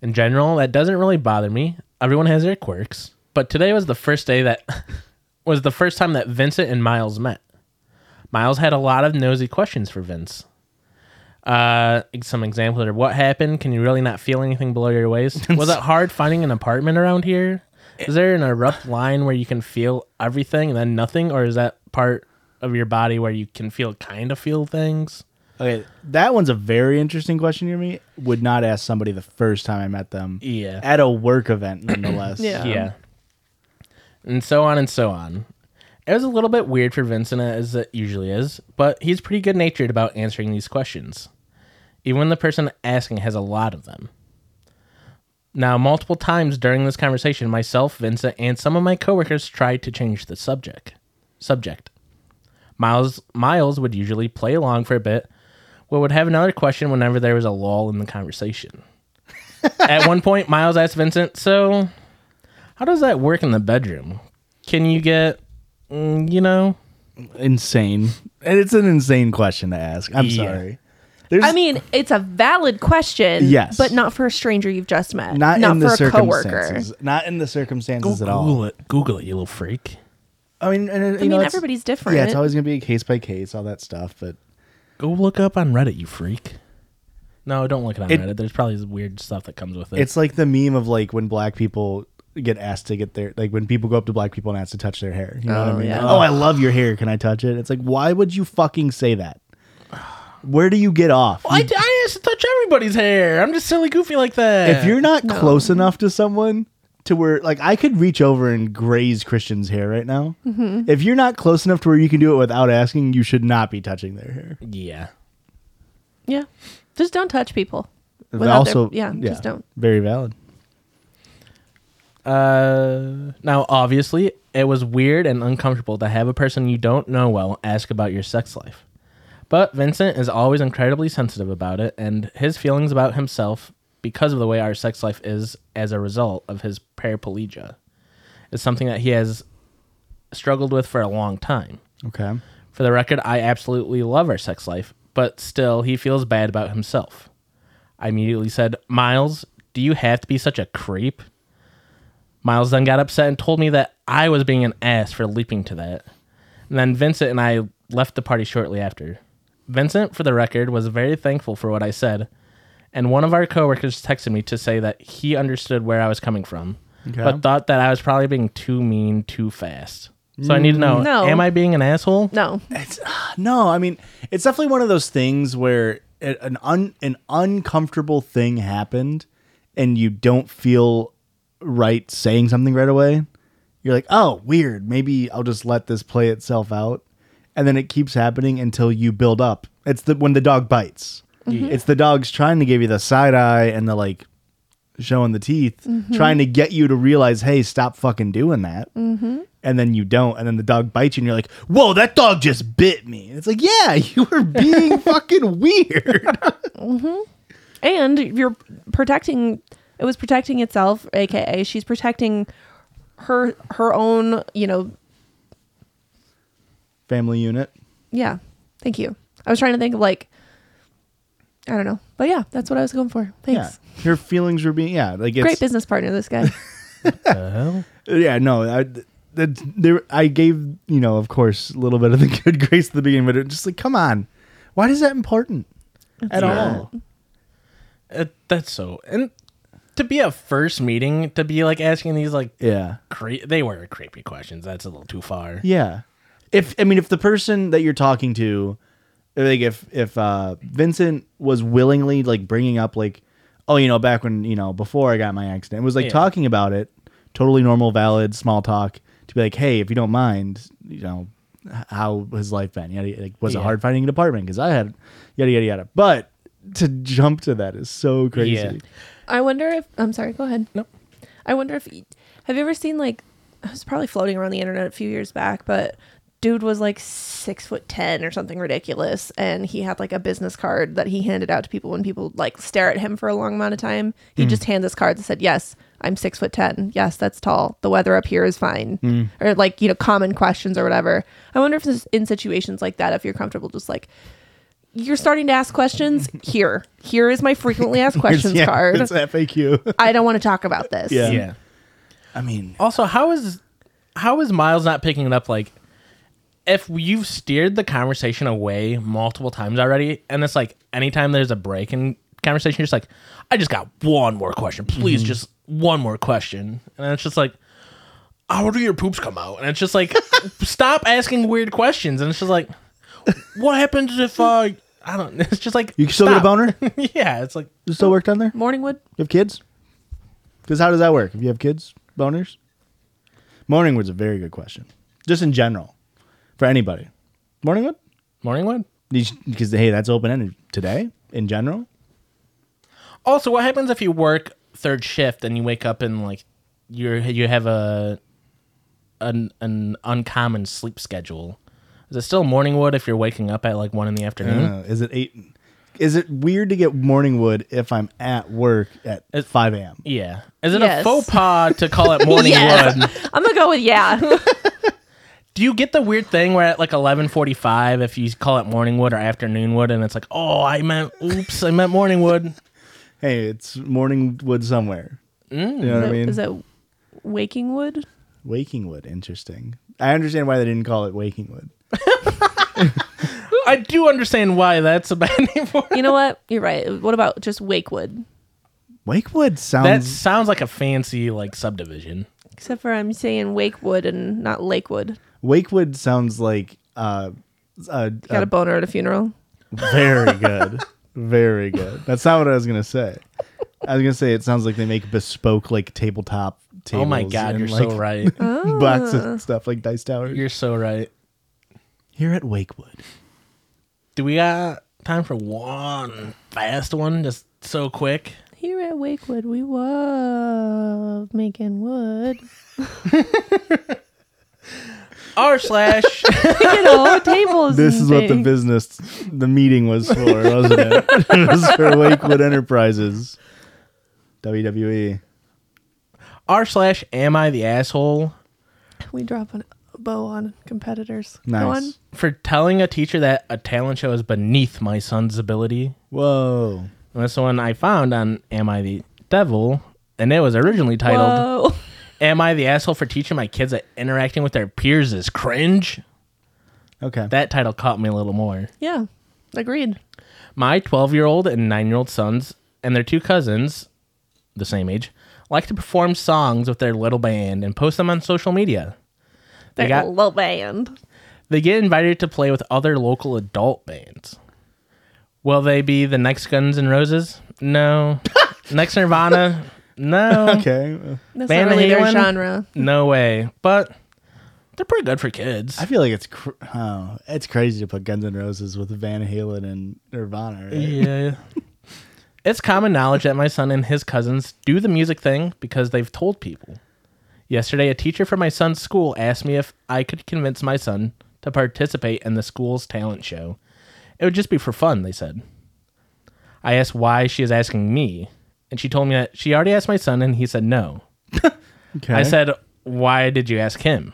Speaker 3: In general, that doesn't really bother me. Everyone has their quirks. But today was the first day that was the first time that Vincent and Miles met. Miles had a lot of nosy questions for Vince. Uh, some examples are what happened? Can you really not feel anything below your waist? Was it hard finding an apartment around here? Is there an abrupt line where you can feel everything and then nothing, or is that part of your body where you can feel kind of feel things?
Speaker 1: Okay, that one's a very interesting question to me. Would not ask somebody the first time I met them.
Speaker 3: Yeah.
Speaker 1: At a work event, nonetheless.
Speaker 2: Yeah.
Speaker 3: yeah. And so on and so on. It was a little bit weird for Vincent, as it usually is, but he's pretty good natured about answering these questions, even when the person asking has a lot of them. Now, multiple times during this conversation, myself, Vincent, and some of my coworkers tried to change the subject. Subject. Miles Miles would usually play along for a bit, but would have another question whenever there was a lull in the conversation. At one point, Miles asked Vincent, "So, how does that work in the bedroom? Can you get, mm, you know,
Speaker 1: Insane. And it's an insane question to ask. I'm
Speaker 3: Yeah.
Speaker 1: sorry. There's
Speaker 2: I mean, it's a valid question.
Speaker 1: Yes.
Speaker 2: But not for a stranger you've just met.
Speaker 1: not, in the
Speaker 2: for a coworker.
Speaker 1: circumstances. Not in the circumstances at all.
Speaker 3: it? Google it, you little freak.
Speaker 1: I mean, and, and, you
Speaker 2: I
Speaker 1: know,
Speaker 2: mean,
Speaker 1: it's-
Speaker 2: everybody's different.
Speaker 1: Yeah, it's always gonna be a case by case, all that stuff. But
Speaker 3: Go look up on Reddit, you freak. No, don't look it on
Speaker 1: It-
Speaker 3: Reddit. There's probably weird stuff that comes with it.
Speaker 1: it's like the meme of like when black people get asked to get their like when people go up to black people and ask to touch their hair. You know what I
Speaker 2: Oh,
Speaker 1: mean?
Speaker 2: yeah.
Speaker 1: Oh, I love your hair. Can I touch it? It's like, why would you fucking say that? Where do you get off?
Speaker 3: I, I used to touch everybody's hair. I'm just silly goofy like that.
Speaker 1: if you're not close enough to someone to where like I could reach over and graze Christian's hair right now.
Speaker 2: Mm-hmm.
Speaker 1: If you're not close enough to where you can do it without asking, you should not be touching their hair.
Speaker 3: yeah,
Speaker 2: Yeah. Just don't touch people.
Speaker 1: But
Speaker 2: without their- yeah, just don't.
Speaker 1: Very valid.
Speaker 3: Uh, now, obviously, it was weird and uncomfortable to have a person you don't know well ask about your sex life. But Vincent is always incredibly sensitive about it, and his feelings about himself, because of the way our sex life is as a result of his paraplegia, is something that he has struggled with for a long time.
Speaker 1: Okay.
Speaker 3: For the record, I absolutely love our sex life, but still, he feels bad about himself. I immediately said, Miles, do you have to be such a creep? Miles then got upset and told me that I was being an ass for leaping to that. And then Vincent and I left the party shortly after. Vincent, for the record, was very thankful for what I said, and one of our coworkers texted me to say that he understood where I was coming from,
Speaker 1: Okay.
Speaker 3: but thought that I was probably being too mean too fast. So I need to know,
Speaker 2: No.
Speaker 3: am I being an asshole?
Speaker 2: No.
Speaker 1: No, I mean it's definitely one of those things where it, an un, an uncomfortable thing happened, and you don't feel right saying something right away. You're like, oh, weird. Maybe I'll just let this play itself out, and then it keeps happening until you build up. It's the when the dog bites. It's the dog's trying to give you the side eye and the like, showing the teeth, trying to get you to realize, hey, stop fucking doing that. Mm-hmm. And then you don't. And then the dog bites you, and you're like, whoa, that dog just bit me. And it's like, yeah, you were being fucking weird.
Speaker 2: And you're protecting it was protecting itself, aka she's protecting her her own, you know,
Speaker 1: Family unit.
Speaker 2: yeah. Thank you. I was trying to think of like I don't know. But yeah, that's what I was going for. Thanks.
Speaker 1: Yeah. Your feelings were being, yeah. Like,
Speaker 2: Great
Speaker 1: it's,
Speaker 2: business partner, this guy.
Speaker 1: yeah, no, I, that, there, I gave, you know, of course, a little bit of the good grace at the beginning, but it just like, come on. Why is that important at all?
Speaker 3: Uh, that's so. And to be a first meeting, to be like asking these like
Speaker 1: Yeah.
Speaker 3: cre- they were creepy questions. That's a little too far.
Speaker 1: Yeah. If I mean if the person that you're talking to like if if uh Vincent was willingly like bringing up like oh you know back when you know before I got my accident was like
Speaker 3: Yeah.
Speaker 1: talking about it totally normal valid small talk to be like hey if you don't mind you know h- how has life been yada, yada, like was it
Speaker 3: Yeah.
Speaker 1: hard finding an apartment cuz I had yada yada yada but to jump to that is so crazy
Speaker 3: Yeah.
Speaker 2: I wonder if I'm sorry. Go ahead.
Speaker 3: Nope.
Speaker 2: I wonder if have you ever seen like I was probably floating around the internet a few years back, but dude was like six foot ten or something ridiculous, and he had like a business card that he handed out to people when people like stare at him for a long amount of time.
Speaker 1: Hmm.
Speaker 2: He just hands this card that said, "Yes, I'm six foot ten. Yes, that's tall. The weather up here is fine,"
Speaker 1: Hmm.
Speaker 2: or like you know common questions or whatever. I wonder if this, in situations like that, if you're comfortable, just like. You're starting to ask questions. Here, here is my frequently asked questions
Speaker 1: yeah,
Speaker 2: card.
Speaker 1: It's uh, FAQ.
Speaker 2: I don't want to talk about this.
Speaker 1: Yeah.
Speaker 3: yeah.
Speaker 1: I mean,
Speaker 3: Also, how is how is Miles not picking it up? Like, if you've steered the conversation away multiple times already, and it's like anytime there's a break in conversation, you're just like, I just got one more question.
Speaker 1: Mhm.
Speaker 3: Please, just one more question. And it's just like, how do your poops come out? And it's just like, stop asking weird questions. And it's just like, what happens if uh, I don't? It's just like
Speaker 1: you can still get a
Speaker 3: stop.
Speaker 1: boner.
Speaker 3: yeah, it's like
Speaker 1: Is it still worked on there? You
Speaker 2: Morningwood.
Speaker 1: have kids? Because how does that work? If you have kids, boners. Morningwood's a very good question, just in general, for anybody. Morningwood,
Speaker 3: morning wood.
Speaker 1: because hey, that's open ended today in general.
Speaker 3: Also, what happens if you work third shift and you wake up and like you're you have a an an uncommon sleep schedule? Is it still morning wood if you're waking up at like one in the afternoon?
Speaker 1: Uh, is it eight? Is it weird to get morning wood if I'm at work at
Speaker 3: It-
Speaker 1: 5 a.m.?
Speaker 3: yeah. Is it a
Speaker 2: Yes.
Speaker 3: faux pas to call it morning
Speaker 2: Yes.
Speaker 3: wood?
Speaker 2: I'm gonna go with yeah.
Speaker 3: Do you get the weird thing where at like eleven forty five if you call it morning wood or afternoon wood and it's like, oh I meant oops, I meant morning wood.
Speaker 1: Hey, it's morning wood somewhere. You know what I mean?
Speaker 2: Is it Waking Wood?
Speaker 1: Waking wood, interesting. I understand why they didn't call it waking wood.
Speaker 3: I do understand why that's a bad name for it.
Speaker 2: You know what? You're right. What about just Wakewood?
Speaker 1: Wakewood sounds.
Speaker 3: That sounds like a fancy like subdivision.
Speaker 2: Except for I'm saying Wakewood and not Lakewood.
Speaker 1: Wakewood sounds like uh, uh,
Speaker 2: Got
Speaker 1: uh
Speaker 2: a boner at a funeral.
Speaker 1: very good, very good. That's not what I was gonna say. I was gonna say it sounds like they make bespoke like tabletop tables.
Speaker 3: Oh my god,
Speaker 1: and,
Speaker 3: you're
Speaker 1: like,
Speaker 3: so right.
Speaker 1: Boxes and stuff like dice towers.
Speaker 3: You're so right.
Speaker 1: Here at Wakewood,
Speaker 3: Do we got time for one fast one? Just so quick.
Speaker 2: Here at Wakewood, we love making wood.
Speaker 3: R slash.
Speaker 2: You know, tables.
Speaker 1: this
Speaker 2: and
Speaker 1: is what the
Speaker 2: things.
Speaker 1: business, the meeting was for, wasn't it? it was for Wakewood Enterprises, E. WWE.
Speaker 3: R slash. Am I the asshole
Speaker 2: we drop an- a bow on competitors. Go on.
Speaker 1: Nice.
Speaker 3: for telling a teacher that a talent show is beneath my son's ability?
Speaker 1: Whoa.
Speaker 3: And that's the one I found on Am I the Devil, and it was originally titled
Speaker 2: Whoa.
Speaker 3: "Am I the asshole for teaching my kids that interacting with their peers is cringe?"
Speaker 1: Okay.
Speaker 3: That title caught me a little more.
Speaker 2: Yeah. Agreed.
Speaker 3: My 12 year old and 9 year old sons and their two cousins, the same age, like to perform songs with their little band and post them on social media. They
Speaker 2: They're
Speaker 3: got-
Speaker 2: a little band.
Speaker 3: They get invited to play with other local adult bands. Will they be the next Guns N' Roses? No. next Nirvana? No.
Speaker 1: okay. Uh,
Speaker 2: That's
Speaker 3: Van
Speaker 2: not really
Speaker 3: Halen?
Speaker 2: their genre.
Speaker 3: No way. But they're pretty good for kids.
Speaker 1: I feel like it's cr- oh, it's crazy to put Guns N' Roses with Van Halen and Nirvana. Right?
Speaker 3: Yeah. it's common knowledge that my son and his cousins do the music thing because they've told people. Yesterday, a teacher from my son's school asked me if I could convince my son to participate in the school's talent show. It would just be for fun, they said. I asked why she is asking me, and she told me that she already asked my son and he said no.
Speaker 1: Okay.
Speaker 3: I said, Why did you ask him?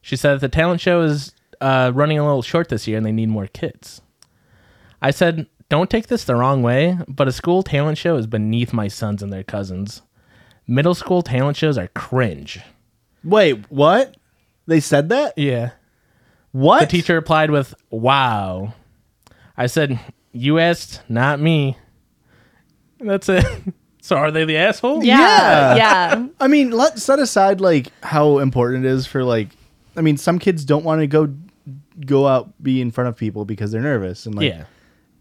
Speaker 3: She said that the talent show is uh, running a little short this year and they need more kids. I said, Don't take this the wrong way, but a school talent show is beneath my sons and their cousins. Middle school talent shows are cringe.
Speaker 1: Wait, what? They said that?
Speaker 3: Yeah.
Speaker 1: What?
Speaker 3: The teacher replied with, Wow. I said, You asked, not me. And that's it. so are they the asshole?
Speaker 2: Yeah.
Speaker 1: Yeah.
Speaker 2: yeah.
Speaker 1: I mean, let set aside like how important it is for like. I mean, some kids don't want to go go out be in front of people because they're nervous and like
Speaker 3: Yeah.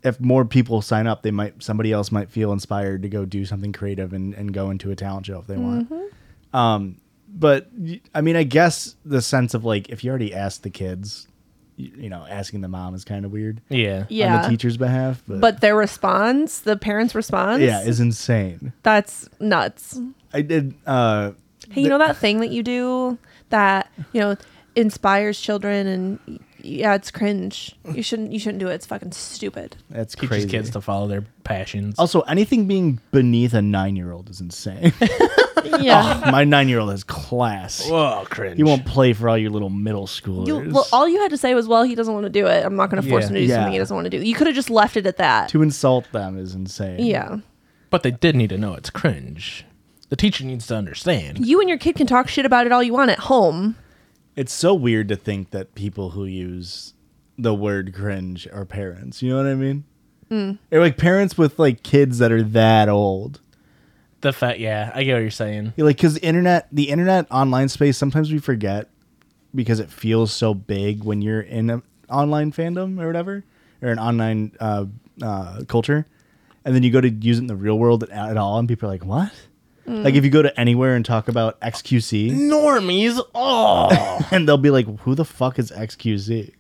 Speaker 1: if more people sign up they might somebody else might feel inspired to go do something creative and, and go into a talent show if they want um but y- i mean i guess the sense of like if you already asked the kids you, you know asking the mom is kind of weird on
Speaker 3: Yeah.
Speaker 1: the
Speaker 2: Yeah.
Speaker 1: teacher's behalf but,
Speaker 2: But their response, the parents' response,
Speaker 1: yeah is insane
Speaker 2: that's nuts.
Speaker 1: i did uh
Speaker 2: Hey, you know that thing that you do that, you know, inspires children and yeah, it's cringe. You shouldn't you shouldn't do it. It's fucking stupid.
Speaker 1: That's
Speaker 3: Teaches
Speaker 1: crazy.
Speaker 3: kids to follow their passions.
Speaker 1: also, anything being beneath a nine-year-old is insane.
Speaker 2: Yeah.
Speaker 1: My nine-year-old has class.
Speaker 3: Whoa, cringe.
Speaker 1: You won't play for all your little middle schoolers.
Speaker 2: You, well, all you had to say was, "Well, he doesn't want to do it. I'm not going to force
Speaker 3: Yeah.
Speaker 2: him to do
Speaker 1: Yeah.
Speaker 2: something he doesn't want to do." You could have just left it at that.
Speaker 1: to insult them is insane.
Speaker 2: yeah,
Speaker 3: But they did need to know it's cringe. The teacher needs to understand.
Speaker 2: you and your kid can talk shit about it all you want at home.
Speaker 1: It's so weird to think that people who use the word cringe are parents. You know what I mean?
Speaker 2: Mm.
Speaker 1: They're like parents with like kids that are that old.
Speaker 3: The fact, yeah, I get what you're saying.
Speaker 1: Yeah, like because internet, the internet online space, sometimes we forget because it feels so big when you're in an online fandom or whatever, or an online uh, uh, culture, and then you go to use it in the real world at, at all, and people are like, "What?"
Speaker 2: Mm.
Speaker 1: Like if you go to anywhere and talk about XQC,
Speaker 3: Normies, oh,
Speaker 1: and they'll be like, "Who the fuck is XQC?"
Speaker 2: It's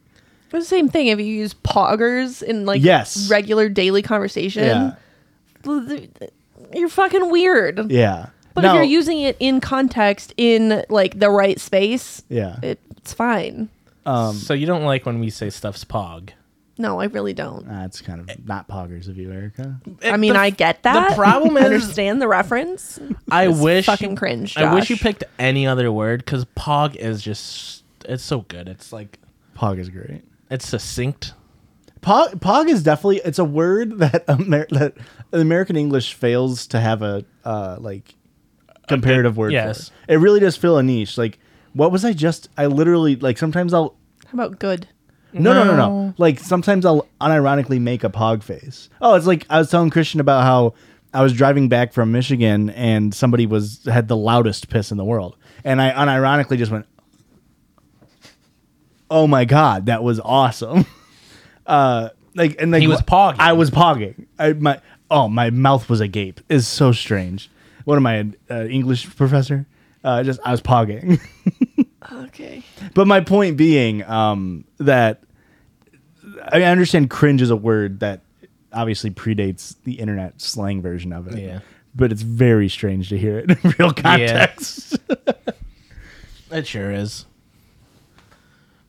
Speaker 2: the same thing if you use poggers in like
Speaker 1: Yes.
Speaker 2: regular daily conversation.
Speaker 1: Yeah,
Speaker 2: You're fucking weird.
Speaker 1: yeah.
Speaker 2: But
Speaker 1: Now-
Speaker 2: if you're using it in context, in like the right space,
Speaker 1: yeah,
Speaker 2: it, it's fine. Um,
Speaker 3: so you don't like when we say stuff's pog.
Speaker 2: No, I really don't.
Speaker 1: that's kind of not poggers of you, Erica.
Speaker 2: I mean, I get that.
Speaker 3: problem
Speaker 2: I
Speaker 3: is-
Speaker 2: understand the reference.
Speaker 3: I
Speaker 2: It's
Speaker 3: wish
Speaker 2: fucking cringe.
Speaker 3: I wish
Speaker 2: Josh.
Speaker 3: you picked any other word because pog is just it's so good. It's like
Speaker 1: Pog is great.
Speaker 3: it's succinct.
Speaker 1: Pog, pog is definitely it's a word that Amer- that American English fails to have a uh, like comparative word.
Speaker 3: yes.
Speaker 1: for. it really does fill a niche. Like, what was I just? I literally like sometimes I'll
Speaker 2: How about good?
Speaker 1: no no no no like sometimes I'll unironically make a pog face. Oh, it's like I was telling Christian about how I was driving back from Michigan and somebody was had the loudest piss in the world, and I unironically just went, "Oh my god, that was awesome!" uh, like and like
Speaker 3: He was
Speaker 1: wh-
Speaker 3: pogging.
Speaker 1: I was pogging. I my oh my mouth was agape. Is so strange. What am I an uh, English professor? Uh, just I was pogging.
Speaker 2: Okay.
Speaker 1: But my point being um, that I understand cringe is a word that obviously predates the internet slang version of it.
Speaker 3: Yeah.
Speaker 1: But it's very strange to hear it in real context.
Speaker 3: It sure is.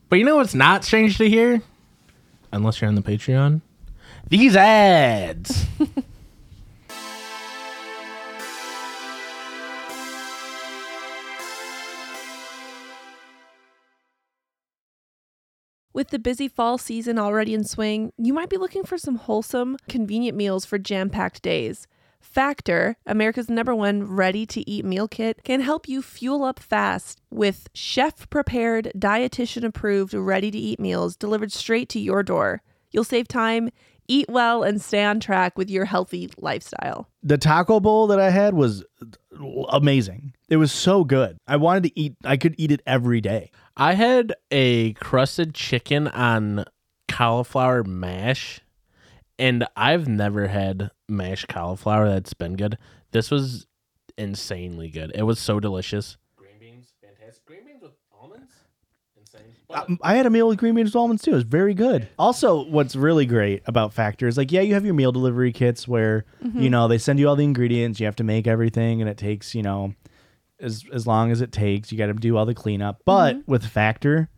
Speaker 3: But you know what's not strange to hear? Unless you're on the Patreon. These ads.
Speaker 2: With the busy fall season already in swing, you might be looking for some wholesome, convenient meals for jam packed days. Factor, America's number one ready to eat meal kit, can help you fuel up fast with chef prepared, dietitian approved, ready to eat meals delivered straight to your door. You'll save time, eat well, and stay on track with your healthy lifestyle.
Speaker 1: the taco bowl that I had was amazing. It was so good. I wanted to eat I could eat it every day.
Speaker 3: I had a crusted chicken on cauliflower mash, and I've never had mashed cauliflower that's been good. This was insanely good. It was so delicious. Green beans, fantastic. Green beans with almonds, insane.
Speaker 1: I, I had a meal with green beans with almonds too. It was very good. Also, what's really great about Factor is like, yeah, you have your meal delivery kits where
Speaker 2: Mm-hmm.
Speaker 1: you know they send you all the ingredients, you have to make everything, and it takes you know as as long as it takes. You got to do all the cleanup. But with Factor,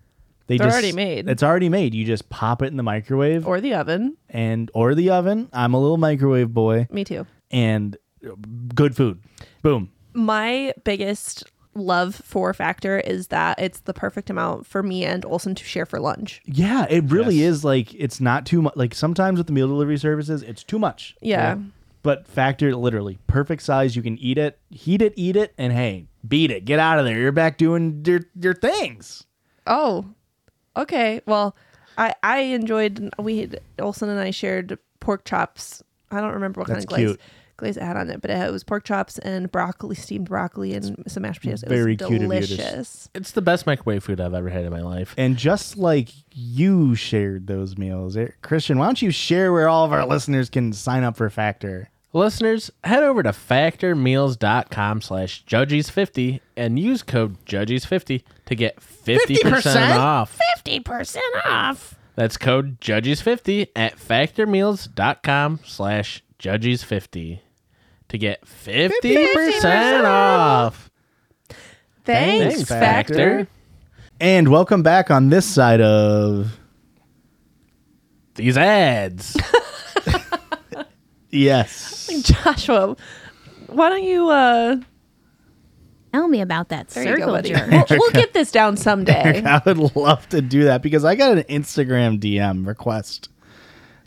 Speaker 1: they
Speaker 2: Mm-hmm. They're
Speaker 1: just
Speaker 2: already made.
Speaker 1: It's already made. You just pop it in the microwave
Speaker 2: Or the oven.
Speaker 1: and or the oven. I'm a little microwave boy,
Speaker 2: Me too.
Speaker 1: and good food. Boom.
Speaker 2: my biggest love for factor is that it's the perfect amount for me and Olson to share for lunch.
Speaker 1: Yeah, it really
Speaker 3: Yes.
Speaker 1: is like it's not too much. Like sometimes with the meal delivery services, it's too much.
Speaker 2: Yeah.
Speaker 1: But Factor, literally perfect size. You can eat it, heat it, eat it, and hey, beat it. Get out of there. You're back doing your your things.
Speaker 2: Oh. Okay. Well, I I enjoyed we had, Olson and I shared pork chops. I don't remember what
Speaker 1: That's
Speaker 2: kind of glaze
Speaker 1: cute.
Speaker 2: glaze I had on it, but it was pork chops and broccoli, steamed broccoli, and some mashed potatoes. It
Speaker 1: very
Speaker 2: was
Speaker 1: cute of you to-
Speaker 2: delicious.
Speaker 3: It's the best microwave food I've ever had in my life.
Speaker 1: And just like you shared those meals, eh, Christian, why don't you share where all of our listeners can sign up for Factor?
Speaker 3: Listeners, head over to factormeals.com slash judges50 and use code judges50 to get 50%,
Speaker 1: 50%?
Speaker 3: off. 50% off. That's code judges50 at factormeals.com slash judges50 to get 50%, off.
Speaker 2: Thanks,
Speaker 1: Thanks,
Speaker 2: factor.
Speaker 1: Factor. And welcome back on this side of
Speaker 3: These ads.
Speaker 1: yes.
Speaker 2: Joshua, why don't you? uh
Speaker 5: Tell me about that
Speaker 2: There you go,
Speaker 5: circle
Speaker 2: buddy.
Speaker 5: jerk.
Speaker 2: We'll, we'll get this down someday.
Speaker 1: I would love to do that because I got an Instagram DM request.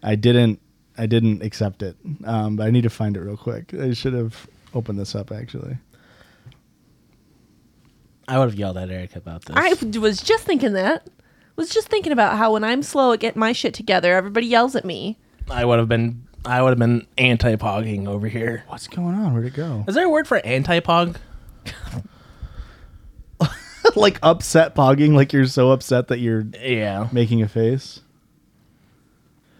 Speaker 1: I didn't. I didn't accept it. Um, but I need to find it real quick. I should have opened this up actually.
Speaker 3: I would have yelled at Eric about this.
Speaker 2: I was just thinking that. Was just thinking about how when I'm slow at getting my shit together, everybody yells at me.
Speaker 3: I would have been I would have been anti-pogging over here.
Speaker 1: What's going on? Where'd it go?
Speaker 3: Is there a word for anti-pog?
Speaker 1: like upset pogging. Like you're so upset that you're
Speaker 3: Yeah.
Speaker 1: making a face.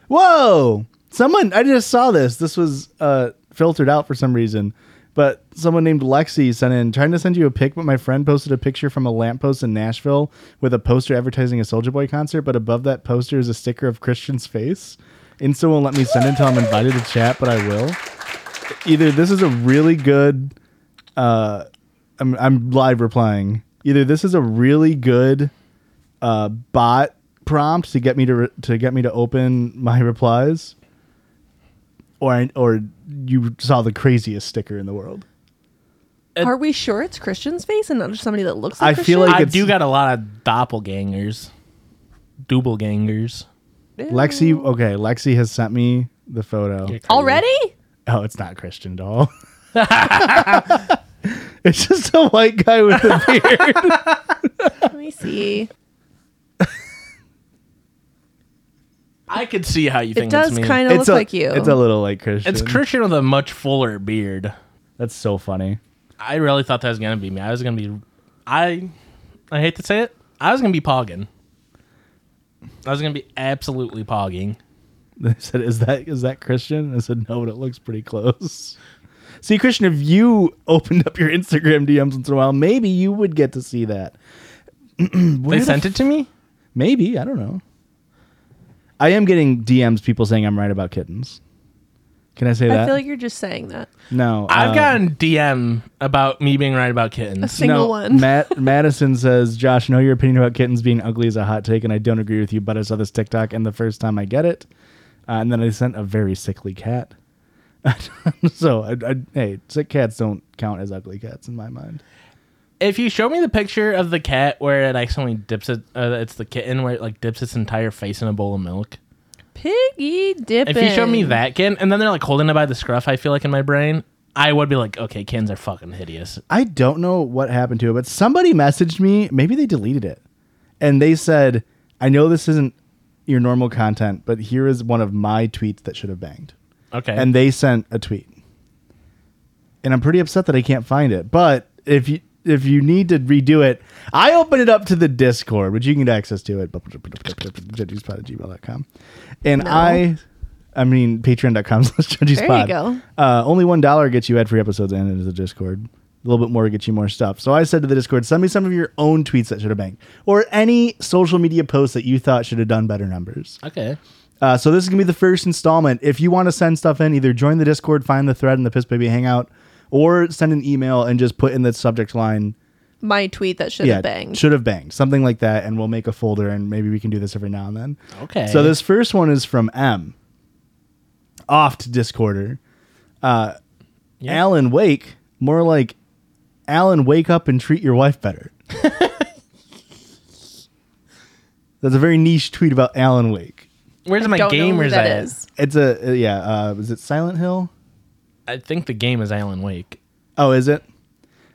Speaker 1: Whoa! Someone I just saw this. This was uh, filtered out for some reason, but someone named Lexi sent in trying to send you a pic. But my friend posted a picture from a lamppost in Nashville with a poster advertising a Soldier Boy concert. But above that poster is a sticker of Christian's face. Insta won't let me send it until I'm invited to chat, but I will. Either this is a really good. Uh, I'm I'm live replying. Either this is a really good uh, bot prompt to get me to re- to get me to open my replies, or or you saw the craziest sticker in the world.
Speaker 3: It-
Speaker 2: Are we sure it's Christian's face and not just somebody that looks
Speaker 1: I
Speaker 2: like
Speaker 1: feel
Speaker 2: Christian?
Speaker 1: like
Speaker 3: I
Speaker 1: it's-
Speaker 3: do got a lot of doppelgangers. Double gangers.
Speaker 1: Lexi, okay, Lexi has sent me the photo.
Speaker 2: already?
Speaker 1: Oh, it's not Christian doll. it's just a white guy with a beard.
Speaker 2: Let me see.
Speaker 3: I could see how you think
Speaker 2: It does
Speaker 3: it's me.
Speaker 2: kind of look
Speaker 1: it's a,
Speaker 2: like you.
Speaker 1: It's a little like Christian.
Speaker 3: It's Christian with a much fuller beard.
Speaker 1: That's so funny.
Speaker 3: I really thought that was gonna be me. I was gonna be, I, I hate to say it. I was gonna be pogging. I was gonna be absolutely pogging.
Speaker 1: They said, "Is that is that Christian?" I said, "No, but it looks pretty close." See, Christian, if you opened up your Instagram DMs once in a while, maybe you would get to see that.
Speaker 3: they sent it to me.
Speaker 1: Maybe I don't know. I am getting DMs people saying I'm right about kittens. Can I say that?
Speaker 2: I feel like you're just saying that.
Speaker 1: no,
Speaker 3: I've
Speaker 1: uh,
Speaker 3: gotten DM about me being right about
Speaker 2: A
Speaker 3: kittens.
Speaker 2: single
Speaker 1: no,
Speaker 2: one.
Speaker 1: Matt Madison says, "Josh, know your opinion about kittens being ugly is a hot take, and I don't agree with you. But I saw this TikTok, and the first time I get it, uh, and then I sent a very sickly cat. so, I, I, hey, sick cats don't count as ugly cats in my mind.
Speaker 3: If you show me the picture of the cat where it accidentally dips it, uh, it's the kitten where it like dips its entire face in a bowl of milk.
Speaker 2: Piggy dipping.
Speaker 3: If you show me that kitten, and then they're like holding it by the scruff, I feel like in my brain, I would be like, okay, kittens are fucking hideous.
Speaker 1: I don't know what happened to it, but somebody messaged me. Maybe they deleted it, and they said, "I know this isn't your normal content, but here is one of my tweets that should have banged."
Speaker 3: Okay,
Speaker 1: and they sent a tweet. And I'm pretty upset that I can't find it. But if you if you need to redo it, I open it up to the Discord, which you can get access to at judgiespot@gmail.com. And I I mean patreon.com slash judgiespot.
Speaker 2: There you go.
Speaker 1: Uh, only one dollar gets you ad free episodes and into the Discord. A little bit more gets you more stuff. So I said to the Discord, send me some of your own tweets that should have banged. Or any social media posts that you thought should have done better numbers.
Speaker 3: okay.
Speaker 1: Uh, so this is gonna be the first installment. If you want to send stuff in, either join the Discord, find the thread in the Piss Baby Hangout, or send an email and just put in the subject line.
Speaker 2: my tweet that should
Speaker 1: yeah,
Speaker 2: have banged.
Speaker 1: should have banged something like that, and we'll make a folder and maybe we can do this every now and then.
Speaker 3: Okay.
Speaker 1: So this first one is from M. Oft Discorder, uh, Alan Wake, more like Alan, wake up and treat your wife better. That's a very niche tweet about Alan Wake.
Speaker 3: Where's
Speaker 2: I
Speaker 3: my
Speaker 2: don't know who
Speaker 3: gamers
Speaker 2: that
Speaker 3: at?
Speaker 2: is.
Speaker 1: It's a uh, yeah. Uh, was it Silent Hill?
Speaker 3: I think the game is Alan Wake.
Speaker 1: Oh, is it?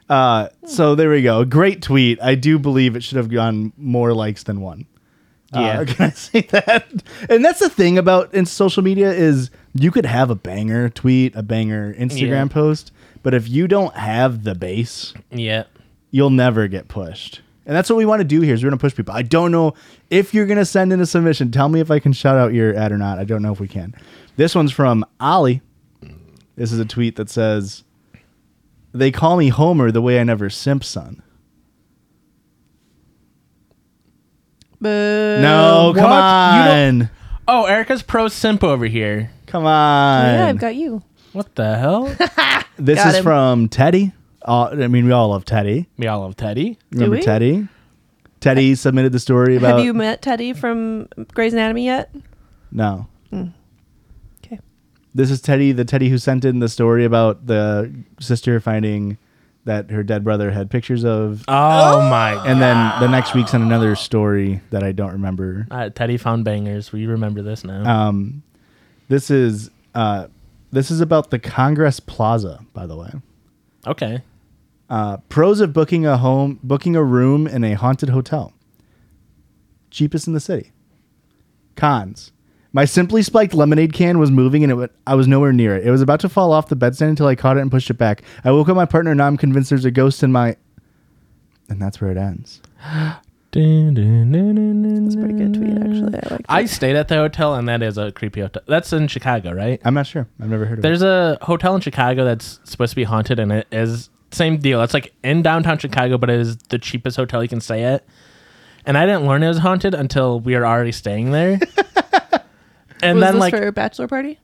Speaker 1: Uh, so there we go. Great tweet. I do believe it should have gone more likes than one.
Speaker 3: Yeah.
Speaker 1: Uh, can I say that? And that's the thing about in social media is you could have a banger tweet, a banger Instagram
Speaker 3: Yeah.
Speaker 1: post, but if you don't have the base,
Speaker 3: Yeah.
Speaker 1: you'll never get pushed. And that's what we want to do here is we're going to push people. I don't know if you're going to send in a submission. Tell me if I can shout out your ad or not. I don't know if we can. This one's from Ollie. This is a tweet that says, They call me Homer the way I never simp son.
Speaker 2: Boo.
Speaker 1: no, come
Speaker 3: what? You don't-
Speaker 1: on.
Speaker 3: Oh, Erica's pro simp over here.
Speaker 1: Come on.
Speaker 2: Yeah, I've got you.
Speaker 3: What the hell?
Speaker 1: this
Speaker 2: got
Speaker 1: is
Speaker 2: him.
Speaker 1: from Teddy. Uh, I mean, we all love Teddy.
Speaker 3: we all love Teddy.
Speaker 1: Remember
Speaker 2: we?
Speaker 1: Teddy? Teddy submitted the story about.
Speaker 2: Have you met Teddy from Grey's Anatomy yet?
Speaker 1: No.
Speaker 2: Okay.
Speaker 1: This is Teddy, the Teddy who sent in the story about the sister finding that her dead brother had pictures of.
Speaker 3: Oh, my god.
Speaker 1: and then the next week sent another story that I don't remember.
Speaker 3: Uh, Teddy found bangers. We remember this now.
Speaker 1: Um, this is uh, this is about the Congress Plaza, by the way.
Speaker 3: okay.
Speaker 1: Uh, pros of booking a home, booking a room in a haunted hotel. Cheapest in the city. Cons: My simply spiked lemonade can was moving, and it went, I was nowhere near it. It was about to fall off the bedstand until I caught it and pushed it back. I woke up my partner, and now I'm convinced there's a ghost in my. And that's where it ends.
Speaker 2: That's a pretty good tweet,
Speaker 1: Mm.
Speaker 2: actually. I like.
Speaker 3: I stayed at the hotel, and that is a creepy hotel. That's in Chicago, right?
Speaker 1: I'm not sure. I've never heard of it.
Speaker 3: There's a hotel in Chicago that's supposed to be haunted, and it is same deal. It's like in downtown Chicago, but it is the cheapest hotel you can stay at. And I didn't learn it was haunted until we were already staying there. and
Speaker 2: was
Speaker 3: then
Speaker 2: this
Speaker 3: like
Speaker 2: for a bachelor party?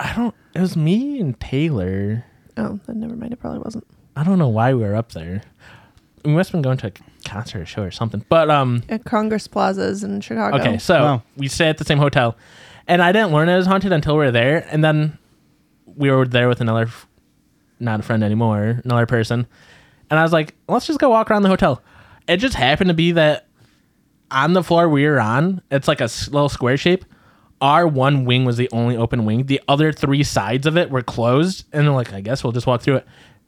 Speaker 3: I don't. It was me and Taylor.
Speaker 2: Oh, then never mind. It probably wasn't.
Speaker 3: I don't know why we were up there. We must have been going to a concert or show or something. But um,
Speaker 2: At Congress plazas in Chicago.
Speaker 3: Okay, so
Speaker 1: Wow.
Speaker 3: we stay at the same hotel, and I didn't learn it was haunted until we were there, and then we were there with another, f- not a friend anymore, another person, and I was like, let's just go walk around the hotel. It just happened to be that on the floor we were on, it's like a s- little square shape. Our one wing was the only open wing. The other three sides of it were closed, and they're like, I guess we'll just walk through it.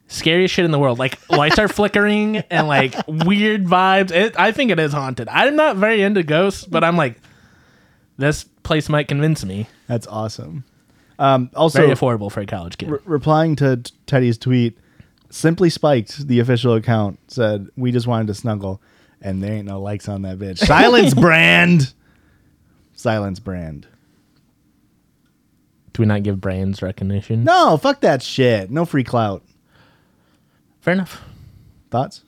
Speaker 3: Scariest shit in the world. Like lights are flickering and like weird vibes. It, I think it is haunted. I'm not very into ghosts, but I'm like, this place might convince me.
Speaker 1: That's awesome. Um, also,
Speaker 3: Very affordable for a college kid.
Speaker 1: re- replying to t- Teddy's tweet, simply spiked the official account said, "We just wanted to snuggle, and there ain't no likes on that bitch." Silence brand. Silence brand.
Speaker 3: Do we not give brands recognition?
Speaker 1: No, fuck that shit. No free clout.
Speaker 3: Fair enough.
Speaker 1: Thoughts?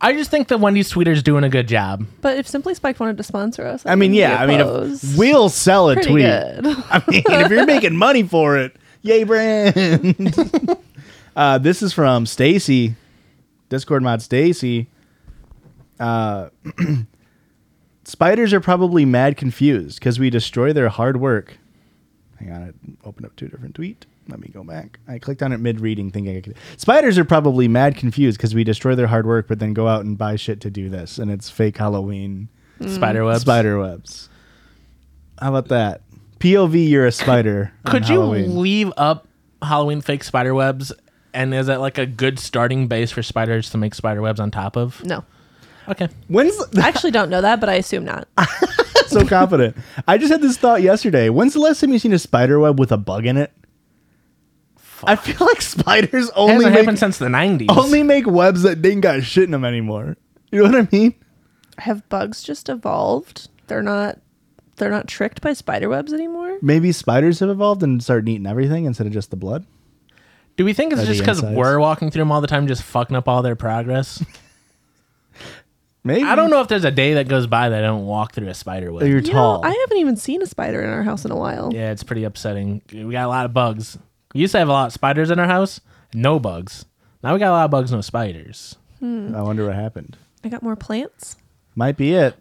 Speaker 3: I just think that Wendy's Tweeter's doing a good job.
Speaker 2: But if Simply Spiked wanted to sponsor us,
Speaker 1: I mean, yeah. I mean, if
Speaker 2: we
Speaker 1: we'll sell a
Speaker 2: pretty
Speaker 1: tweet.
Speaker 2: good.
Speaker 1: I mean, if you're making money for it, yay, brand. uh, this is from Stacy, Discord mod Stacy. Uh, spiders are probably mad confused because we destroy their hard work. Hang on, I opened up two different tweet. Let me go back. I clicked on it mid reading, thinking I could. Spiders are probably mad confused because we destroy their hard work, but then go out and buy shit to do this, and it's fake Halloween
Speaker 3: Spider webs.
Speaker 1: spider webs. How about that? POV, you're a spider. on
Speaker 3: Could you
Speaker 1: Halloween.
Speaker 3: leave up Halloween fake spider webs? And is that like a good starting base for spiders to make spider webs on top of?
Speaker 2: no,
Speaker 3: Okay.
Speaker 1: When's
Speaker 2: I actually don't know that, but I assume not.
Speaker 1: so confident? I just had this thought yesterday. When's the last time you seen a spider web with a bug in it? I feel like spiders only
Speaker 3: Hasn't
Speaker 1: make,
Speaker 3: happened since the 90s.
Speaker 1: only make webs that they ain't got shit in them anymore. You know what I mean?
Speaker 2: Have bugs just evolved? They're not. They're not tricked by spider webs anymore.
Speaker 1: Maybe spiders have evolved and started eating everything instead of just the blood.
Speaker 3: Do we think it's
Speaker 1: Are
Speaker 3: just
Speaker 1: the
Speaker 3: because
Speaker 1: insides.
Speaker 3: we're walking through them all the time, just fucking up all their progress?
Speaker 1: Maybe
Speaker 3: I don't know if there's a day that goes by that I don't walk through a spider web.
Speaker 1: You're
Speaker 2: You
Speaker 1: tall.
Speaker 2: know, I haven't even seen a spider in our house in a while.
Speaker 3: Yeah, it's pretty upsetting. We got a lot of bugs. We used to have a lot of spiders in our house, no bugs. Now we got a lot of bugs, no spiders.
Speaker 1: I wonder what happened.
Speaker 2: I got more plants.
Speaker 1: Might be it.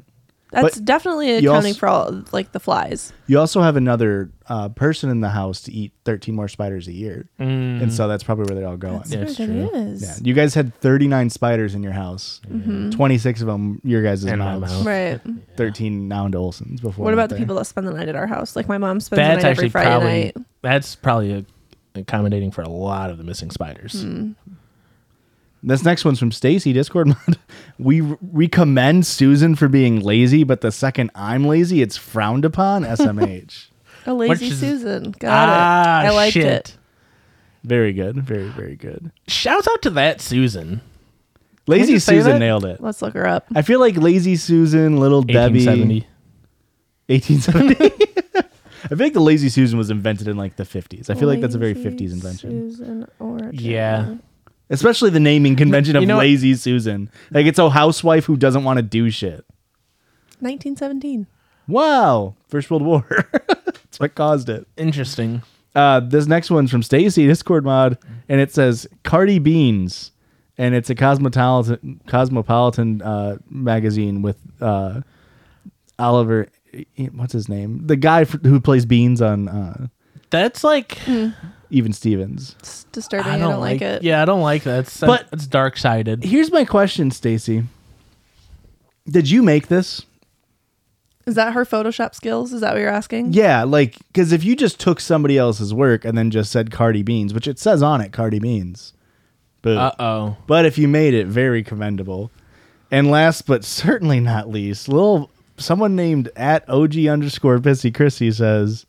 Speaker 2: That's
Speaker 1: But
Speaker 2: definitely
Speaker 1: you
Speaker 2: accounting
Speaker 1: also-
Speaker 2: for all like the flies.
Speaker 1: You also have another uh, person in the house to eat 13 more spiders a year.
Speaker 3: Mm.
Speaker 1: And so that's probably where they're all going.
Speaker 3: Yeah, it's true.
Speaker 1: Yeah. You guys had 39 spiders in your house. 26 of them, your guys'
Speaker 3: Mm-hmm. In my
Speaker 1: mouths.
Speaker 3: mouth.
Speaker 2: Right.
Speaker 1: 13 now to Olson's before.
Speaker 2: What
Speaker 1: I
Speaker 2: about
Speaker 1: went
Speaker 2: the
Speaker 1: there.
Speaker 2: people that spend the night at our house? Like my mom spends
Speaker 3: That's
Speaker 2: the night every
Speaker 3: actually
Speaker 2: Friday
Speaker 3: probably
Speaker 2: night.
Speaker 3: that's probably a, accommodating for a lot of the missing spiders.
Speaker 2: Mm,
Speaker 1: This next one's from Stacy Discord mod. We we commend Susan for being lazy, but the second I'm lazy, it's frowned upon. SMH.
Speaker 2: A lazy
Speaker 3: Which is-
Speaker 2: Susan. Got
Speaker 3: Ah,
Speaker 2: it. I liked
Speaker 3: shit.
Speaker 2: it.
Speaker 1: very good. Very very good.
Speaker 3: Shouts out to that Susan.
Speaker 1: Lazy
Speaker 3: just say
Speaker 1: Susan
Speaker 3: that?
Speaker 1: nailed it.
Speaker 2: Let's look her up.
Speaker 1: I feel like lazy Susan, little Debbie,
Speaker 3: 1870.
Speaker 1: 1870. I feel like the lazy Susan was invented in like the 50s. I feel like that's a very 50s invention.
Speaker 2: Susan Origin.
Speaker 3: Yeah.
Speaker 1: Especially the naming convention of
Speaker 3: You know-
Speaker 1: lazy Susan. Like it's a housewife who doesn't want to do shit.
Speaker 2: 1917.
Speaker 1: Wow. First World War. That's what caused it.
Speaker 3: Interesting.
Speaker 1: Uh, this next one's from Stacy Discord mod, and it says Cardi Beans. and it's a cosmopolitan cosmopolitan uh, magazine with uh, Oliver. What's his name? The guy f- who plays Beans on uh,
Speaker 3: That's like
Speaker 1: Even Stevens.
Speaker 2: It's disturbing. I Mm, don't, like, it.
Speaker 3: Yeah, I don't like that. It's,
Speaker 1: But-
Speaker 3: it's dark sided.
Speaker 1: Here's my question, Stacy. Did you make this?
Speaker 2: Is that her Photoshop skills? Is that what you're asking?
Speaker 1: Yeah, like because if you just took somebody else's work and then just said Cardi Beans, which it says on it, Cardi Beans. Boo.
Speaker 3: Uh oh.
Speaker 1: But if you made it, very commendable. And last but certainly not least, little someone named at OG underscore Pissy Chrissy says,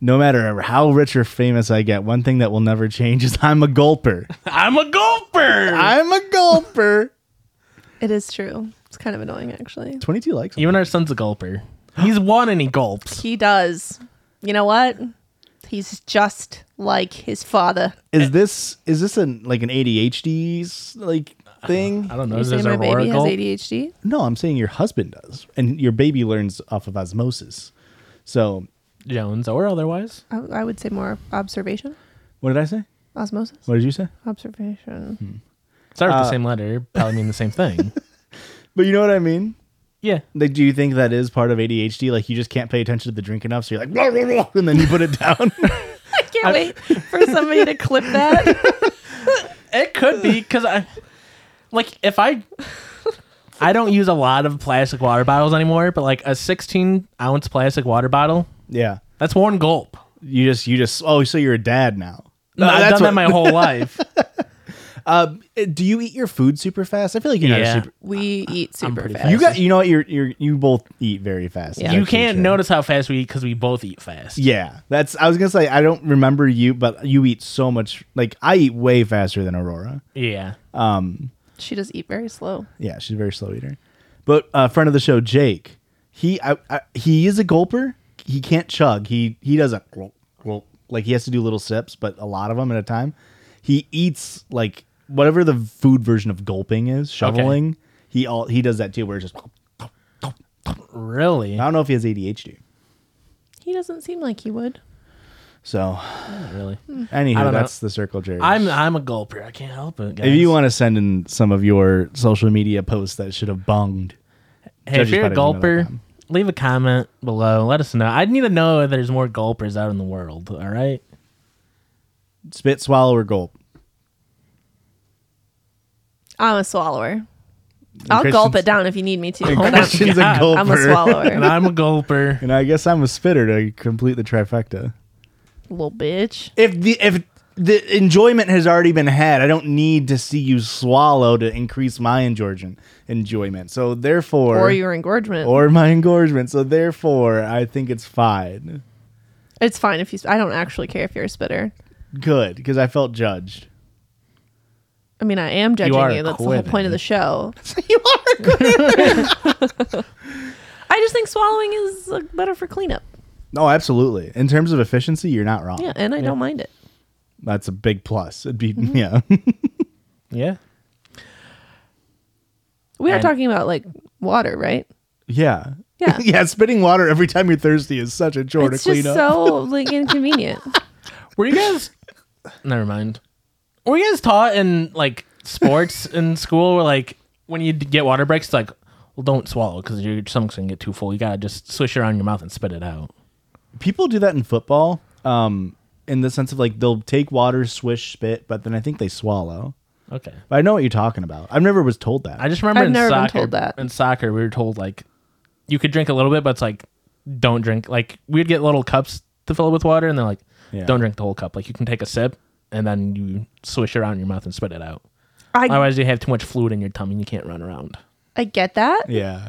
Speaker 1: "No matter how rich or famous I get, one thing that will never change is I'm a gulper.
Speaker 3: I'm a golfer.
Speaker 1: I'm a gulper."
Speaker 2: It is true. It's kind of annoying, actually.
Speaker 1: Twenty-two likes.
Speaker 3: Even our son's a gulper. He's won and he gulps.
Speaker 2: He does. You know what? He's just like his father.
Speaker 3: Eh.
Speaker 1: Is this is this an like an ADHD 's, like thing?
Speaker 3: I don't know.
Speaker 2: You
Speaker 3: Is
Speaker 2: say
Speaker 3: this
Speaker 2: my
Speaker 3: Aurora
Speaker 2: baby has
Speaker 3: gulp?
Speaker 2: ADHD?
Speaker 1: No, I'm saying your husband does, and your baby learns off of osmosis. So,
Speaker 3: Jones or otherwise?
Speaker 2: I, I would say more observation,
Speaker 1: what did I say?
Speaker 2: osmosis,
Speaker 1: What did you say?
Speaker 2: observation.
Speaker 3: Start
Speaker 1: Uh,
Speaker 3: with the same letter. Probably mean the same thing.
Speaker 1: But you know what I mean.
Speaker 3: yeah.
Speaker 1: Like, do you think that is part of ADHD? Like, you just can't pay attention to the drink enough, so you're like, "Wah, wah, wah," and then you put it down.
Speaker 2: I can't wait for somebody to clip that.
Speaker 3: It could be because I, like, if I, I don't use a lot of plastic water bottles anymore. But like a 16 ounce plastic water bottle,
Speaker 1: yeah,
Speaker 3: that's one gulp.
Speaker 1: you just, you just. Oh, so you're a dad now.
Speaker 3: No, I've done that my whole life.
Speaker 1: Uh, Do you eat your food super fast? I feel like you're
Speaker 3: Yeah.
Speaker 1: not a super.
Speaker 2: We eat super
Speaker 3: pretty
Speaker 2: fast.
Speaker 3: fat.
Speaker 1: You got, you know what? You're, you're, you both eat very fast.
Speaker 2: Yeah.
Speaker 1: It's
Speaker 3: you
Speaker 1: actually
Speaker 3: can't
Speaker 1: true.
Speaker 3: notice how fast we eat because we both eat fast.
Speaker 1: Yeah, that's. I was gonna say I don't remember you, but you eat so much. Like I eat way faster than Aurora.
Speaker 3: Yeah.
Speaker 2: She does eat very slow.
Speaker 1: Yeah, she's a very slow eater. But a friend of the show, Jake, he I, I, he is a gulper. He can't chug. He he doesn't gulp, gulp. like he has to do little sips, but a lot of them at a time. He eats like whatever the food version of gulping is, shoveling. He all he does that too, where it's just.
Speaker 3: Really?
Speaker 1: I don't know if he has ADHD.
Speaker 2: He doesn't seem like he would.
Speaker 1: So,
Speaker 3: really. I
Speaker 1: anywho,
Speaker 3: don't know.
Speaker 1: that's the circle jerry.
Speaker 3: I'm I'm a gulper. I can't help it. Guys.
Speaker 1: If you want to send in some of your social media posts that should have bunged,
Speaker 3: hey, if
Speaker 1: judges
Speaker 3: you're a
Speaker 1: by the gmail dot
Speaker 3: gulper,
Speaker 1: com.
Speaker 3: leave a comment below. Let us know. I need to know if there's more gulpers out in the world. All right.
Speaker 1: spit, swallow, or gulp.
Speaker 2: I'm a swallower. I'll gulp
Speaker 1: Kristen's-
Speaker 2: it down if you need me
Speaker 1: Oh
Speaker 2: to. but I'm-
Speaker 1: Christian's a gulper.
Speaker 2: I'm a
Speaker 3: And
Speaker 2: swallower.
Speaker 3: I'm a gulper.
Speaker 1: And I guess I'm a spitter to complete the trifecta.
Speaker 2: Little bitch.
Speaker 1: If the if the enjoyment has already been had, I don't need to see you swallow to increase my enjoyment. Enjoyment. So therefore,
Speaker 2: Or your engorgement.
Speaker 1: or my engorgement. So therefore, I think it's fine.
Speaker 2: it's fine if you. I don't actually care if you're a spitter.
Speaker 1: Good, because I felt judged.
Speaker 2: I mean, I am judging
Speaker 3: are
Speaker 2: you.
Speaker 3: a
Speaker 2: That's the whole
Speaker 3: quid.
Speaker 2: point of the show.
Speaker 1: you are good.
Speaker 2: I just think swallowing is uh, better for cleanup.
Speaker 1: no, absolutely. In terms of efficiency, you're not wrong.
Speaker 2: Yeah, and I don't mind it.
Speaker 1: That's a big plus. It'd be
Speaker 2: Mm-hmm.
Speaker 1: yeah.
Speaker 3: Yeah.
Speaker 2: We are
Speaker 3: And-
Speaker 2: talking about like water, right?
Speaker 1: yeah.
Speaker 2: Yeah.
Speaker 1: yeah, spitting water every time you're thirsty is such a chore
Speaker 2: It's
Speaker 1: to clean
Speaker 2: just
Speaker 1: up.
Speaker 2: so like inconvenient.
Speaker 3: Were you guys? Never mind. Were you guys taught in like sports in school? Where like when you d- get water breaks, it's like, well, don't swallow because your stomach's gonna get too full. You gotta just swish it around in your mouth and spit it out.
Speaker 1: people do that in football um in the sense of like they'll take water swish spit but then i think they swallow
Speaker 3: Okay.
Speaker 1: but i know what you're talking about i've never was told that
Speaker 3: I just remember
Speaker 2: I've
Speaker 3: in
Speaker 2: never been
Speaker 3: soccer.
Speaker 2: told that.
Speaker 3: In soccer, we were told like you could drink a little bit, but it's like don't drink. Like we'd get little cups to fill with water, and they're like,
Speaker 1: Yeah.
Speaker 3: don't drink the whole cup. Like you can take a sip and then you swish it around in your mouth and spit it out.
Speaker 2: I
Speaker 3: Otherwise, you have too much fluid in your tummy and you can't run around.
Speaker 2: I get that,
Speaker 1: yeah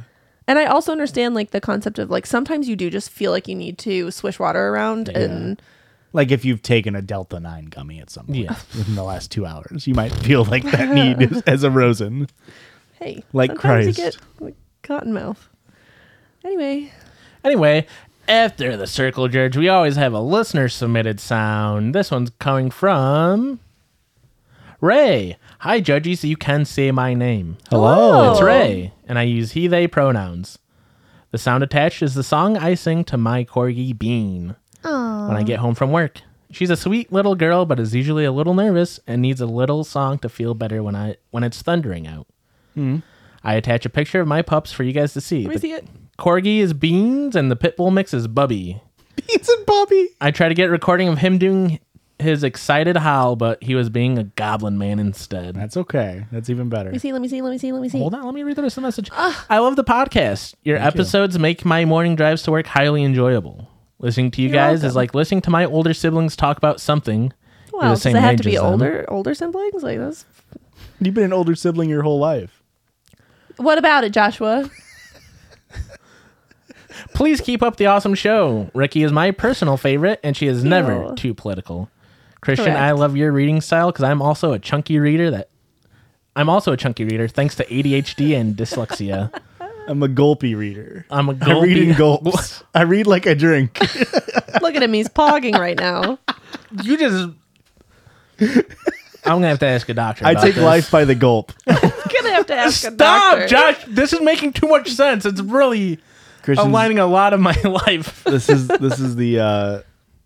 Speaker 2: and I also understand like the concept of like sometimes you do just feel like you need to swish water around, and
Speaker 1: like if you've taken a delta 9 gummy at some point
Speaker 3: Yeah.
Speaker 1: within the last two hours you might feel like that need is- as a rosen
Speaker 2: hey,
Speaker 1: Like
Speaker 2: sometimes you
Speaker 1: Christ.
Speaker 2: get like, cotton mouth. Anyway,
Speaker 3: Anyway, after the circle judge, we always have a listener submitted sound. This one's coming from Ray. Hi, judges. You can say my name.
Speaker 1: hello
Speaker 3: It's Ray, and I use he, they pronouns. The sound attached is the song I sing to my corgi Bean when I get home from work. She's a sweet little girl, but is usually a little nervous and needs a little song to feel better when I when it's thundering out. I attach a picture of my pups for you guys to see.
Speaker 2: Hmm. Let me
Speaker 3: The
Speaker 2: see it.
Speaker 3: Corgi is Beans, and the pit bull mix is Bubby.
Speaker 1: Beans and Bobby.
Speaker 3: I tried to get a recording of him doing his excited howl, but he was being a goblin man instead.
Speaker 1: That's okay. That's even better.
Speaker 2: Let me see. Let me see. Let me see. Let me see.
Speaker 3: Hold on, let me read the rest of the message. I love the podcast. Your episodes make my morning drives to work highly enjoyable. Listening to you
Speaker 2: You're
Speaker 3: guys is
Speaker 2: welcome.
Speaker 3: like listening to my older siblings talk about something.
Speaker 2: Wow,
Speaker 3: You're the
Speaker 2: does it
Speaker 3: same
Speaker 2: have
Speaker 3: age
Speaker 2: to be
Speaker 3: as them.
Speaker 2: older, older siblings like this?
Speaker 1: You've been an older sibling your whole life.
Speaker 2: What about it, Joshua?
Speaker 3: Please keep up the awesome show. Ricky is my personal favorite, and she is never
Speaker 2: Ew.
Speaker 3: too political. Christian,
Speaker 2: Correct.
Speaker 3: I love your reading style because I'm also a chunky reader. That I'm also a chunky reader thanks to ADHD and dyslexia.
Speaker 1: I'm a gulpy reader.
Speaker 3: I'm a
Speaker 1: I read in
Speaker 3: gulpy-
Speaker 1: gulps. I read like I drink.
Speaker 2: Look at him. He's pogging right now.
Speaker 3: You just. I'm gonna have to ask a doctor.
Speaker 1: I
Speaker 3: about
Speaker 1: take
Speaker 3: this.
Speaker 1: life by the gulp.
Speaker 2: Gonna have to ask a
Speaker 3: Stop,
Speaker 2: doctor.
Speaker 3: Josh. This is making too much sense. It's really
Speaker 1: Christian,
Speaker 3: aligning a lot of my life.
Speaker 1: this is this is the uh,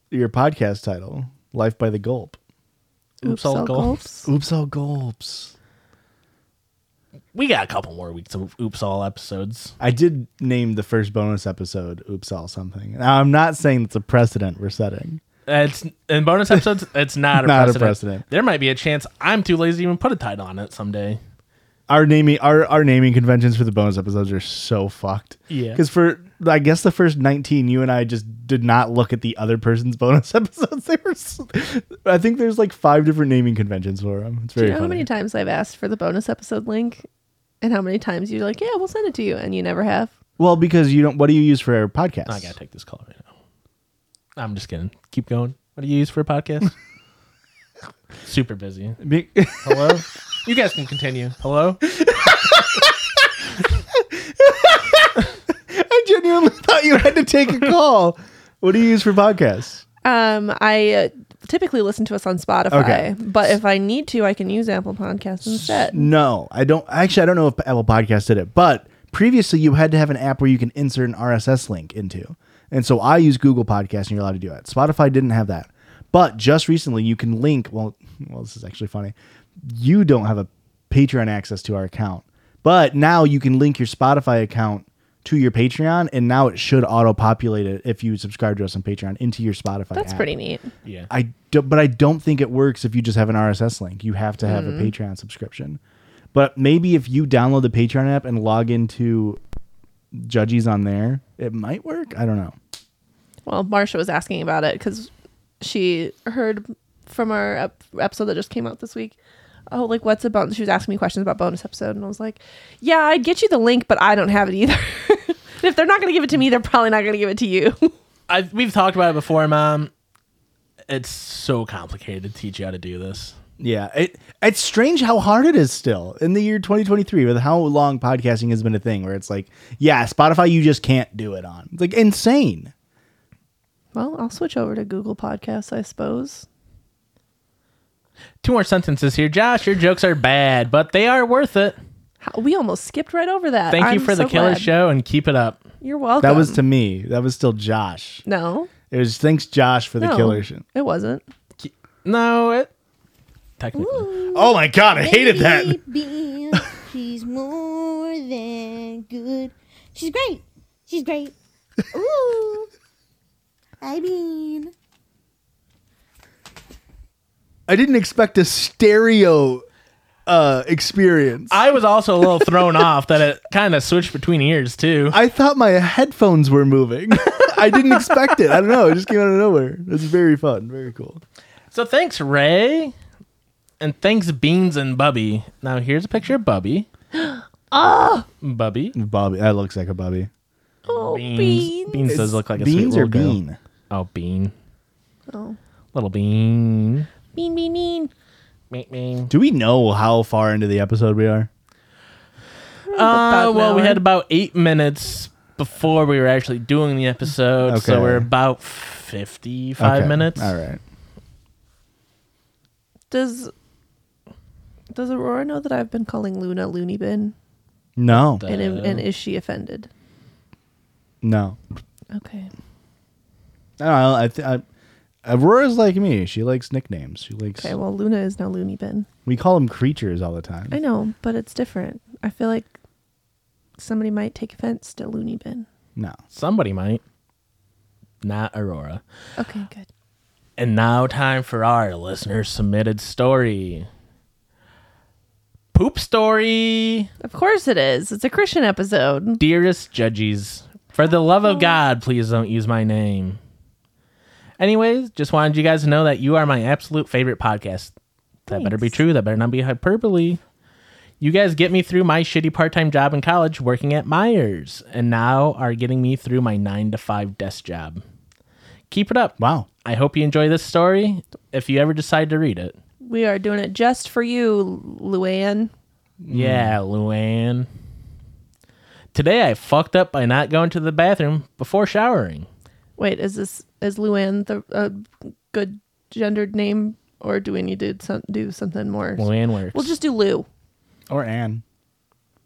Speaker 1: your podcast title, Life by the Gulp.
Speaker 3: Oops, all
Speaker 2: All
Speaker 3: gulp.
Speaker 2: gulps.
Speaker 1: Oops, all gulps.
Speaker 3: We got a couple more weeks of oops all episodes.
Speaker 1: I did name the first bonus episode "Oops All Something." Now I'm not saying that's a precedent we're setting.
Speaker 3: It's in bonus episodes. It's not a,
Speaker 1: Not a
Speaker 3: precedent.
Speaker 1: precedent.
Speaker 3: There might be a chance I'm too lazy to even put a title on it someday.
Speaker 1: Our naming our our naming conventions for the bonus episodes are so fucked.
Speaker 3: Yeah.
Speaker 1: because for I guess the first 19, you and I just did not look at the other person's bonus episodes. They were, s- I think there's like five different naming conventions for them. It's
Speaker 2: Do
Speaker 1: very
Speaker 2: you know how
Speaker 1: funny.
Speaker 2: many times I've asked for the bonus episode link, and how many times you're like, "Yeah, we'll send it to you," and you never have.
Speaker 1: well, because you don't. What do you use for our podcast?
Speaker 3: I gotta take this call right now. I'm just kidding. Keep going. What do you use for a podcast? Super busy.
Speaker 1: Be-
Speaker 3: Hello. you guys can continue. Hello.
Speaker 1: I genuinely thought you had to take a call. What do you use for podcasts?
Speaker 2: Um, I uh, typically listen to us on Spotify,
Speaker 1: Okay.
Speaker 2: but if I need to, I can use Apple Podcasts instead.
Speaker 1: No, I don't. Actually, I don't know if Apple Podcast did it, but previously you had to have an app where you can insert an RSS link into. And so I use Google Podcast, and you're allowed to do that. Spotify didn't have that, but just recently you can link. Well, well, this is actually funny. You don't have a Patreon access to our account, but now you can link your Spotify account to your Patreon, and now it should auto-populate it if you subscribe to us on Patreon into your Spotify.
Speaker 2: That's
Speaker 1: app.
Speaker 2: pretty neat.
Speaker 3: Yeah.
Speaker 1: I do, but I don't think it works if you just have an RSS link. You have to have a Patreon subscription. But maybe if you download the Patreon app and log into Judges on there, it might work. I don't know.
Speaker 2: Well, Marsha was asking about it because she heard from our ep- episode that just came out this week. Oh, like what's a bonus? She was asking me questions about bonus episode, and I was like, "Yeah, I'd get you the link, but I don't have it either. and if they're not going to give it to me, they're probably not going to give it to you."
Speaker 3: I we've talked about it before, Mom. It's so complicated to teach you how to do this.
Speaker 1: Yeah, it it's strange how hard it is still in the year 2023 with how long podcasting has been a thing. Where it's like, yeah, Spotify, you just can't do it on. It's like insane.
Speaker 2: well, I'll switch over to Google Podcasts, I suppose.
Speaker 3: Two more sentences here, Josh. Your jokes are bad, but they are worth it.
Speaker 2: How, we almost skipped right over that.
Speaker 3: Thank you
Speaker 2: I'm
Speaker 3: for the
Speaker 2: so
Speaker 3: killer
Speaker 2: glad.
Speaker 3: show and keep it up.
Speaker 2: You're welcome.
Speaker 1: That was to me. That was still Josh.
Speaker 2: no,
Speaker 1: It was thanks Josh for the
Speaker 2: no,
Speaker 1: killer shit.
Speaker 2: It wasn't.
Speaker 3: No, it technically.
Speaker 1: Oh my god, I hated that.
Speaker 6: Baby, she's more than good. She's great. She's great. Ooh. I mean,
Speaker 1: I didn't expect a stereo uh experience. I,
Speaker 3: I was also a little thrown off that it kind of switched between ears too.
Speaker 1: thought my headphones were moving. I didn't expect it. I don't know. It just came out of nowhere. It's very fun. Very cool.
Speaker 3: So thanks, Ray, and thanks Beans and Bubby. Now here's a picture of Bubby. Ah, Bubby.
Speaker 1: Bobby. That looks like a Bobby.
Speaker 2: Oh,
Speaker 3: Beans.
Speaker 2: beans.
Speaker 3: Beans does look like a
Speaker 1: beans
Speaker 3: sweet
Speaker 1: or
Speaker 3: little girl.
Speaker 1: bean.
Speaker 3: Oh, bean.
Speaker 2: Oh.
Speaker 3: Little bean.
Speaker 2: Bean, bean, bean.
Speaker 3: Meep, meep.
Speaker 1: Do we know how far into the episode we are?
Speaker 3: Uh,
Speaker 2: an
Speaker 3: well, we
Speaker 2: hour.
Speaker 3: had about eight minutes before we were actually doing the episode,
Speaker 1: Okay.
Speaker 3: so we're about fifty-five
Speaker 1: Okay.
Speaker 3: minutes.
Speaker 1: All right.
Speaker 2: Does Does Aurora know that I've been calling Luna Loony Bin?
Speaker 1: No.
Speaker 3: The-
Speaker 2: And,
Speaker 3: Uh.
Speaker 2: and is she offended?
Speaker 1: No.
Speaker 2: Okay.
Speaker 1: I don't know. I, th- I Aurora's like me. She likes nicknames. She likes.
Speaker 2: Okay, well, Luna is now Looney Bin.
Speaker 1: we call them creatures all the time.
Speaker 2: I know, but it's different. I feel like somebody might take offense to Looney Bin.
Speaker 1: No.
Speaker 3: Somebody might. Not Aurora.
Speaker 2: Okay, good.
Speaker 3: And now, time for our listener submitted story. Poop story,
Speaker 2: Of course it is. It's a Christian episode.
Speaker 3: dearest judges. For the love of God, please don't use my name. Anyways, just wanted you guys to know that you are my absolute favorite podcast. That better be true. That better not be hyperbole. You guys get me through my shitty part time job in college working at Myers, and now are getting me through my nine to five desk job. Keep it up.
Speaker 1: Wow.
Speaker 3: I hope you enjoy this story if you ever decide to read it.
Speaker 2: We are doing it just for you, Luann. Hmm.
Speaker 3: Yeah, Luann. Today I fucked up by not going to the bathroom before showering.
Speaker 2: Wait, is this is Luann the a good gendered name, or do we need to some, do something more?
Speaker 3: Luann works.
Speaker 2: We'll just do Lou.
Speaker 1: Or Anne.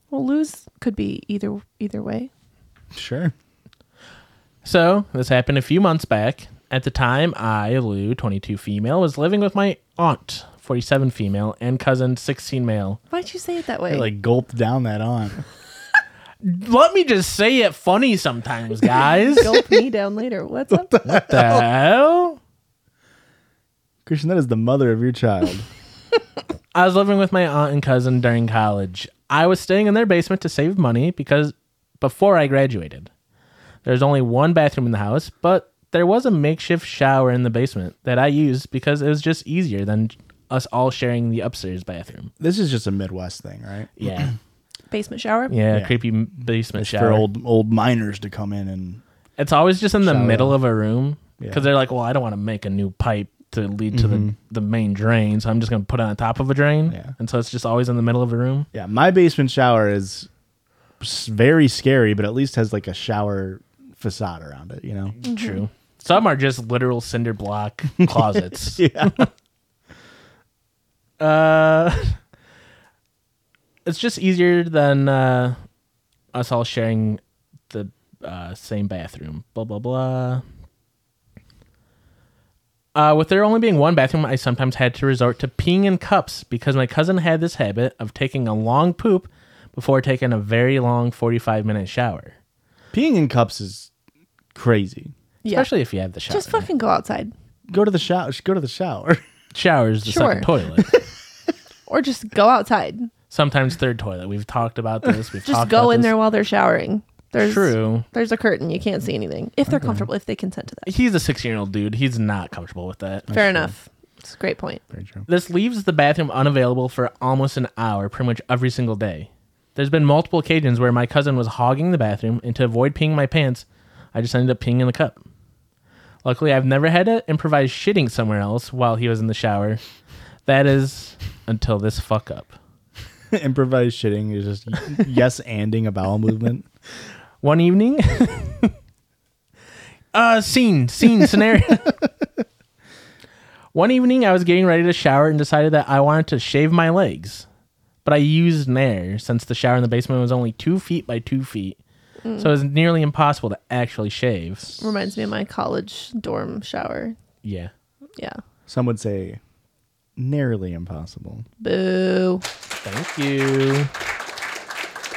Speaker 2: Well, Lou's could be either either way.
Speaker 1: Sure.
Speaker 3: So, this happened a few months back. At the time, I, Lou, 22 female, was living with my aunt, 47 female, and cousin, 16 male.
Speaker 2: Why'd you say it that
Speaker 1: I
Speaker 2: way?
Speaker 1: like gulped down that on.
Speaker 3: Let me just say it funny sometimes, guys.
Speaker 2: Gulp me down later. What's up?
Speaker 3: what the hell?
Speaker 1: Christian, that is the mother of your child.
Speaker 3: I was living with my aunt and cousin during college. I was staying in their basement to save money because before I graduated, there's only one bathroom in the house, but there was a makeshift shower in the basement that I used because it was just easier than us all sharing the upstairs bathroom.
Speaker 1: this is just a Midwest thing, right?
Speaker 3: Yeah.
Speaker 2: Basement shower.
Speaker 3: Yeah,
Speaker 1: Yeah.
Speaker 3: creepy m- basement
Speaker 1: It's
Speaker 3: shower.
Speaker 1: for old old miners to come in and
Speaker 3: It's always just in the
Speaker 1: Shower.
Speaker 3: middle of a room
Speaker 1: Yeah. Mm-hmm.
Speaker 3: because they're like, well, I don't want to make a new pipe to lead to the, the main drain, so I'm just going to put it on top of a drain.
Speaker 1: Yeah.
Speaker 3: And so it's just always in the middle of a room.
Speaker 1: yeah. My basement shower is s- very scary, but at least has like a shower facade around it. You know.
Speaker 3: True. Some are just literal cinder block closets.
Speaker 1: Yeah.
Speaker 3: Uh, it's just easier than uh, us all sharing the uh, same bathroom. Blah blah blah. Uh, with there only being one bathroom, I sometimes had to resort to peeing in cups because my cousin had this habit of taking a long poop before taking a very long forty-five minute shower,
Speaker 1: Peeing in cups is crazy.
Speaker 2: Yeah.
Speaker 3: especially if you have the shower.
Speaker 2: Just fucking go outside,
Speaker 1: Go to the shower. Go to the shower.
Speaker 3: showers the
Speaker 2: Sure.
Speaker 3: second toilet.
Speaker 2: or just go outside.
Speaker 3: sometimes third toilet. We've talked about this. We've
Speaker 2: Just
Speaker 3: talked
Speaker 2: go
Speaker 3: about
Speaker 2: in
Speaker 3: this.
Speaker 2: there while they're showering. There's
Speaker 3: True.
Speaker 2: There's a curtain. You can't see anything if they're comfortable. If they consent to that.
Speaker 3: He's a 16 year old dude. He's not comfortable with that.
Speaker 2: Fair enough. It's a great point.
Speaker 1: Very true.
Speaker 3: This leaves the bathroom unavailable for almost an hour, pretty much every single day. There's been multiple occasions where my cousin was hogging the bathroom, and to avoid peeing my pants, I just ended up peeing in the cup. Luckily, I've never had to improvise shitting somewhere else while he was in the shower. That is until this fuck up.
Speaker 1: Improvised shitting is just yes anding a bowel movement.
Speaker 3: one evening. uh, scene, scene, scenario. one evening, I was getting ready to shower and decided that I wanted to shave my legs, but I used Nair since the shower in the basement was only two feet by two feet, so it was nearly impossible to actually shave.
Speaker 2: Reminds me of my college dorm shower.
Speaker 3: Yeah.
Speaker 2: Yeah.
Speaker 1: Some would say nearly impossible.
Speaker 2: Boo.
Speaker 3: Thank you.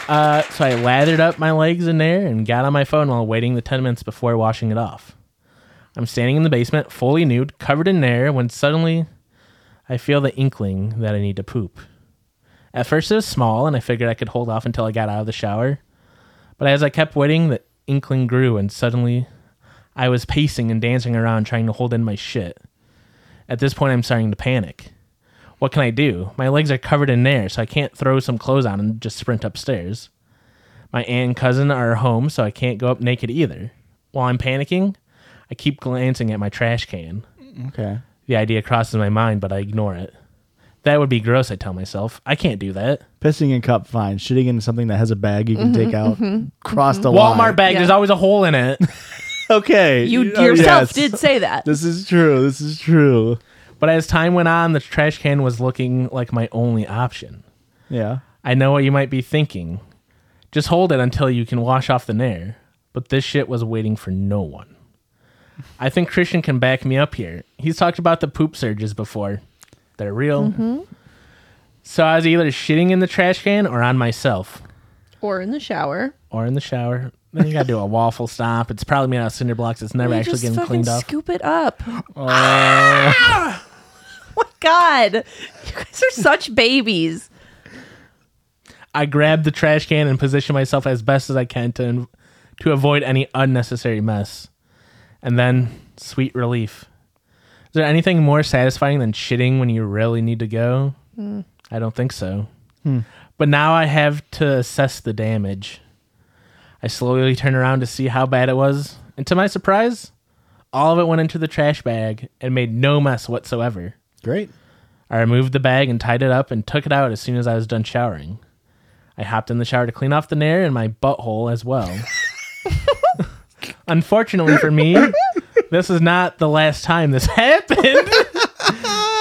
Speaker 3: Uh, so I lathered up my legs in there and got on my phone while waiting the 10 minutes before washing it off. I'm standing in the basement, fully nude, covered in air, when suddenly I feel the inkling that I need to poop. At first, it was small, and I figured I could hold off until I got out of the shower. But as I kept waiting, the inkling grew, and suddenly I was pacing and dancing around trying to hold in my shit. At this point, I'm starting to panic. What can I do? My legs are covered in air, so I can't throw some clothes on and just sprint upstairs. My aunt and cousin are home, so I can't go up naked either. While I'm panicking, I keep glancing at my trash can.
Speaker 1: Okay.
Speaker 3: The idea crosses my mind, but I ignore it. That would be gross, I tell myself. I can't do that.
Speaker 1: Pissing in cup, fine. Shitting in something that has a bag you can take out. Cross the line.
Speaker 3: Walmart bag,
Speaker 2: Yeah.
Speaker 3: there's always a hole in it.
Speaker 1: Okay.
Speaker 2: You
Speaker 1: Oh,
Speaker 2: yourself
Speaker 1: yes.
Speaker 2: did say that.
Speaker 1: This is true. This is true.
Speaker 3: but as time went on, the trash can was looking like my only option.
Speaker 1: Yeah.
Speaker 3: I know what you might be thinking. Just hold it until you can wash off the nair. But this shit was waiting for no one. I think Christian can back me up here. He's talked about the poop surges before. They're real. So I was either shitting in the trash can or on myself
Speaker 2: Or in the shower.
Speaker 3: or in the shower. Then you gotta do a waffle stop. It's probably made out of cinder blocks. It's never
Speaker 2: You
Speaker 3: actually
Speaker 2: just
Speaker 3: getting
Speaker 2: fucking
Speaker 3: cleaned up. Uh.
Speaker 2: scoop it up. Ah! Oh my god. You guys are such babies.
Speaker 3: I grab the trash can and position myself as best as I can to to avoid any unnecessary mess. And then sweet relief. Is there anything more satisfying than shitting when you really need to go? I don't think so. But now I have to assess the damage. I slowly turn around to see how bad it was, and to my surprise, all of it went into the trash bag and made no mess whatsoever.
Speaker 1: Great.
Speaker 3: I removed the bag and tied it up and took it out as soon as I was done showering. I hopped in the shower to clean off the nair and my butthole as well. Unfortunately for me, this is not the last time this happened.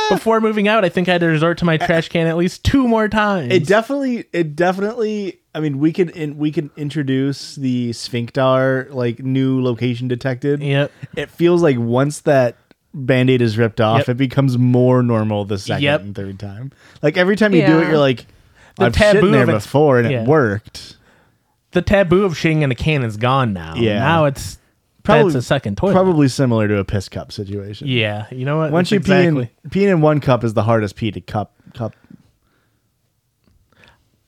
Speaker 3: Before moving out, I think I had to resort to my trash can at least two more times.
Speaker 1: It definitely, it definitely. I mean, we can in, we can introduce the sphincter like new location detected.
Speaker 3: Yep.
Speaker 1: It feels like once that band-aid is ripped off,
Speaker 3: Yep.
Speaker 1: it becomes more normal the second
Speaker 3: Yep.
Speaker 1: and third time. Like every time you do it,
Speaker 2: Yeah.
Speaker 1: you're like,
Speaker 3: The
Speaker 1: I've shit
Speaker 3: taboo
Speaker 1: in there
Speaker 3: of it's-
Speaker 1: before and
Speaker 3: yeah.
Speaker 1: it worked.
Speaker 3: the taboo of shitting in a can is gone now.
Speaker 1: Yeah.
Speaker 3: Now it's probably
Speaker 1: Probably-
Speaker 3: that's a second toilet.
Speaker 1: Probably similar to a piss cup situation.
Speaker 3: Yeah. You know what?
Speaker 1: Once
Speaker 3: That's
Speaker 1: you
Speaker 3: exactly.
Speaker 1: pee in peeing in one cup is the hardest pee to cup cup.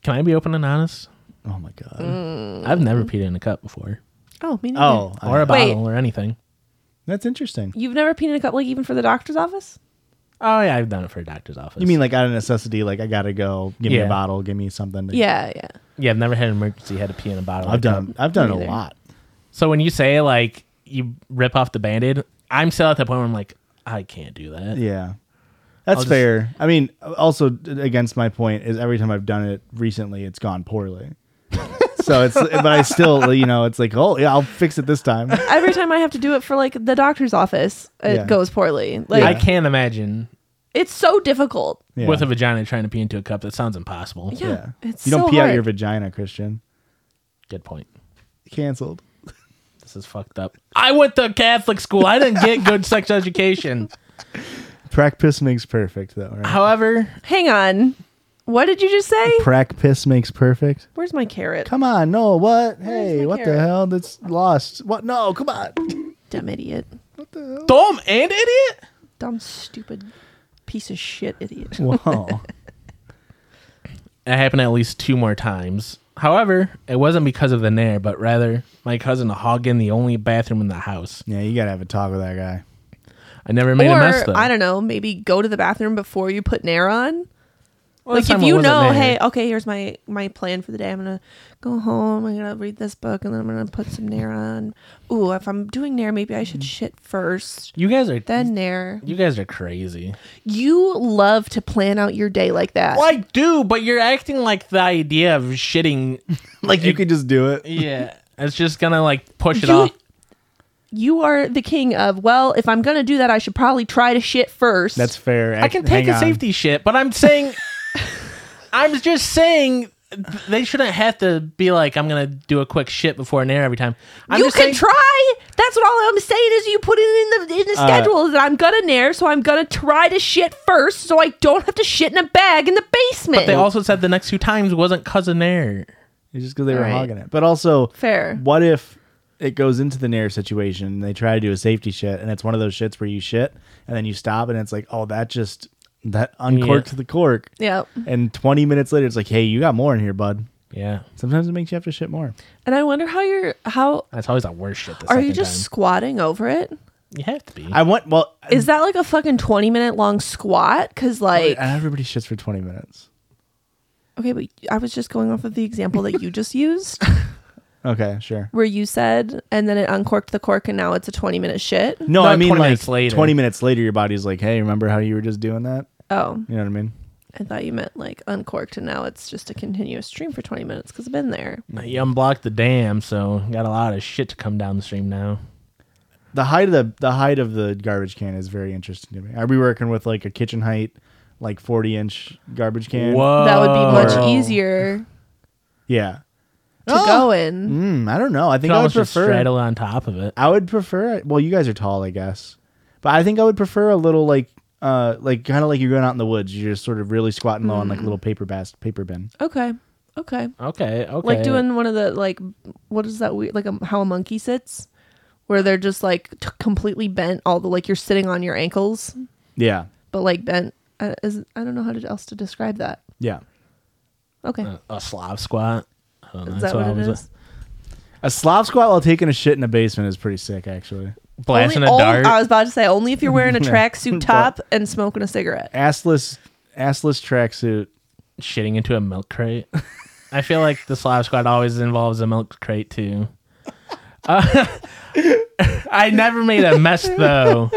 Speaker 3: Can I be open and honest?
Speaker 1: Oh my god.
Speaker 2: Mm.
Speaker 3: I've never peed in a cup before.
Speaker 2: Oh, me neither.
Speaker 1: Oh, Mm-hmm. I-
Speaker 3: Or a
Speaker 2: Wait.
Speaker 3: bottle or anything.
Speaker 1: that's interesting.
Speaker 2: You've never peed in a cup like even for the doctor's office?
Speaker 3: Oh yeah, I've done it for a doctor's office.
Speaker 1: You mean like out of necessity? Like I gotta go. Give me
Speaker 3: Yeah.
Speaker 1: a bottle. Give me something. to-
Speaker 2: Yeah, yeah.
Speaker 3: Yeah, I've never had an emergency had to pee in a bottle.
Speaker 1: I've
Speaker 3: like
Speaker 1: done.
Speaker 3: that.
Speaker 1: I've done
Speaker 2: neither.
Speaker 1: a lot.
Speaker 3: So when you say like you rip off the band-aid, I'm still at that point where I'm like, I can't do that.
Speaker 1: Yeah, that's
Speaker 3: I'll just-
Speaker 1: fair. I mean, also d- against my point is every time I've done it recently, it's gone poorly. so it's, but I still, you know, it's like, oh yeah, I'll fix it this time.
Speaker 2: Every time I have to do it for like the doctor's office, it
Speaker 1: Yeah.
Speaker 2: goes poorly. Like
Speaker 3: I can't imagine
Speaker 2: it's so difficult.
Speaker 1: Yeah.
Speaker 3: with a vagina trying to pee into a cup. That sounds impossible.
Speaker 2: Yeah. It's
Speaker 1: you don't
Speaker 2: so
Speaker 1: pee
Speaker 2: hard.
Speaker 1: out your vagina, Christian.
Speaker 3: Good point.
Speaker 1: Cancelled.
Speaker 3: This is fucked up. I went to Catholic school. I didn't get good sex education.
Speaker 1: Practice makes perfect, though. Right?
Speaker 3: However,
Speaker 2: Hang on. What did you just say?
Speaker 1: Practice makes perfect.
Speaker 2: Where's my carrot?
Speaker 1: Come on, no, what? Hey,
Speaker 2: my
Speaker 1: what the
Speaker 2: carrot?
Speaker 1: hell? That's lost. What? No, come on.
Speaker 2: Dumb idiot.
Speaker 3: dumb and idiot.
Speaker 2: Dumb stupid piece of shit idiot.
Speaker 1: Whoa.
Speaker 3: It happened at least two more times. However, it wasn't because of the nair, but rather my cousin hog in the only bathroom in the house.
Speaker 1: yeah, you gotta have a talk with that guy.
Speaker 3: I never made
Speaker 2: or
Speaker 3: a mess though.
Speaker 2: I don't know, maybe go to the bathroom before you put Nair on.
Speaker 3: Well, this
Speaker 2: like if
Speaker 3: time it
Speaker 2: you
Speaker 3: wasn't
Speaker 2: know,
Speaker 3: nair.
Speaker 2: hey, okay, here's my my plan for the day. I'm gonna go home. I'm gonna read this book, and then I'm gonna put some Nair on. Ooh, if I'm doing Nair, maybe I
Speaker 3: Mm.
Speaker 2: should shit first,
Speaker 3: you guys are
Speaker 2: then Nair.
Speaker 3: You guys are crazy.
Speaker 2: You love to plan out your day like that.
Speaker 3: Well, I do, but you're acting like the idea of shitting.
Speaker 1: Like you could just do it.
Speaker 3: Yeah, it's just gonna like push it
Speaker 2: You-
Speaker 3: off.
Speaker 2: You are the king of. Well, if I'm gonna do that, I should probably try to shit first.
Speaker 1: That's fair.
Speaker 3: I can take a safety shit, but I'm saying, I'm just saying th- they shouldn't have to be like, I'm gonna do a quick shit before an air every time. I'm
Speaker 2: you can
Speaker 3: just saying,
Speaker 2: try. That's what all I'm saying is you put it in the in
Speaker 3: Uh,
Speaker 2: the schedule that I'm gonna nair, so I'm gonna try to shit first, so I don't have to shit in a bag in the basement.
Speaker 3: They also said the next two times wasn't cousin air.
Speaker 1: It's just because they were
Speaker 2: Alright.
Speaker 1: hogging it. But also,
Speaker 2: Fair.
Speaker 1: What if it goes into the nair situation? And they try to do a safety shit, and it's one of those shits where you shit, and then you stop, and it's like, oh, that just that uncorked
Speaker 3: Yeah.
Speaker 1: the cork.
Speaker 2: Yep.
Speaker 1: And 20 minutes later, it's like, hey, you got more in here, bud.
Speaker 3: Yeah,
Speaker 1: Sometimes it makes you have to shit more.
Speaker 2: And I wonder how you're how
Speaker 3: that's always the worst shit. The
Speaker 2: are you
Speaker 3: second
Speaker 2: just squatting over it?
Speaker 3: time. You have to be.
Speaker 1: I want well,
Speaker 3: Uh,
Speaker 2: Is that like a fucking twenty minute long squat? Cause like
Speaker 1: everybody shits for 20 minutes.
Speaker 2: okay, but I was just going off of the example that you just used
Speaker 1: Okay, sure.
Speaker 2: where you said and then it uncorked the cork and now it's a twenty minute shit.
Speaker 1: No,
Speaker 3: Not
Speaker 1: I mean
Speaker 3: 20
Speaker 1: like
Speaker 3: minutes later.
Speaker 1: 20 minutes later, your body's like, hey, remember how you were just doing that?
Speaker 2: Oh.
Speaker 1: You know what I mean?
Speaker 2: I thought you meant like uncorked and now it's just a continuous stream for twenty minutes because I've been there.
Speaker 3: you unblocked the dam, so got a lot of shit to come down the stream now.
Speaker 1: the height of the the height of the garbage can is very interesting to me. Are we working with like a kitchen height, like forty inch garbage can?
Speaker 3: Whoa,
Speaker 2: That would be much
Speaker 1: Oh.
Speaker 2: easier.
Speaker 1: Yeah.
Speaker 3: Oh.
Speaker 2: to go in.
Speaker 1: Mm, I don't know. I think I
Speaker 3: Could
Speaker 1: would
Speaker 3: almost just
Speaker 1: prefer.
Speaker 3: straddle on top of it.
Speaker 1: I would prefer. Well, you guys are tall, I guess, but I think I would prefer a little like, uh, like kind of like you're going out in the woods. You're just sort of really squatting low on like a little paper bas- paper bin.
Speaker 2: Okay. Okay.
Speaker 3: Okay, okay.
Speaker 2: Like doing one of the like what is that we like a, how a monkey sits where they're just like t- completely bent all the like you're sitting on your ankles
Speaker 1: Yeah,
Speaker 2: but like bent I, is, I don't know how to, else to describe that.
Speaker 1: yeah.
Speaker 2: Okay.
Speaker 3: a Slav squat. I don't know.
Speaker 2: is
Speaker 3: Uh, that's
Speaker 2: that what
Speaker 3: I
Speaker 2: it
Speaker 3: was,
Speaker 2: is?
Speaker 3: uh,
Speaker 1: A Slav squat while taking a shit in a basement is pretty sick, actually.
Speaker 3: Blasting
Speaker 2: Only-
Speaker 3: a
Speaker 2: only-
Speaker 3: dart.
Speaker 2: I was about to say only if you're wearing a tracksuit top and smoking a cigarette.
Speaker 1: Assless, assless tracksuit.
Speaker 3: shitting into a milk crate. I feel like the Slav squad always involves a milk crate too. Uh, I never made a mess though.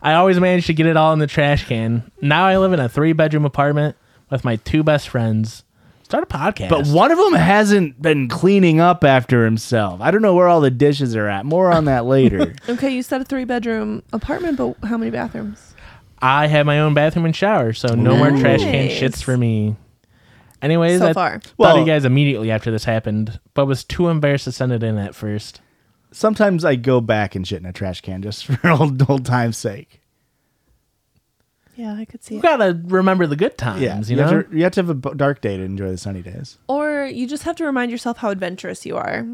Speaker 3: I always managed to get it all in the trash can. Now I live in a three bedroom apartment with my two best friends. Start a podcast.
Speaker 1: But one of them hasn't been cleaning up after himself. I don't know where all the dishes are at. More on that later.
Speaker 2: Okay, you said a three bedroom apartment, but how many bathrooms?
Speaker 3: I have my own bathroom and shower, so no more trash can
Speaker 2: Nice.
Speaker 3: shits for me. Anyways,
Speaker 2: So
Speaker 3: I
Speaker 2: far.
Speaker 3: thought
Speaker 1: Well-
Speaker 3: you guys immediately after this happened, but was too embarrassed to send it in at first.
Speaker 1: Sometimes I go back and shit in a trash can just for old old time's sake.
Speaker 2: Yeah, I could see
Speaker 3: You
Speaker 2: it.
Speaker 3: gotta remember the good times,
Speaker 1: Yeah,
Speaker 3: you,
Speaker 1: you,
Speaker 3: know.
Speaker 1: have to, you have to have a b- dark day to enjoy the sunny days.
Speaker 2: Or you just have to remind yourself how adventurous you are.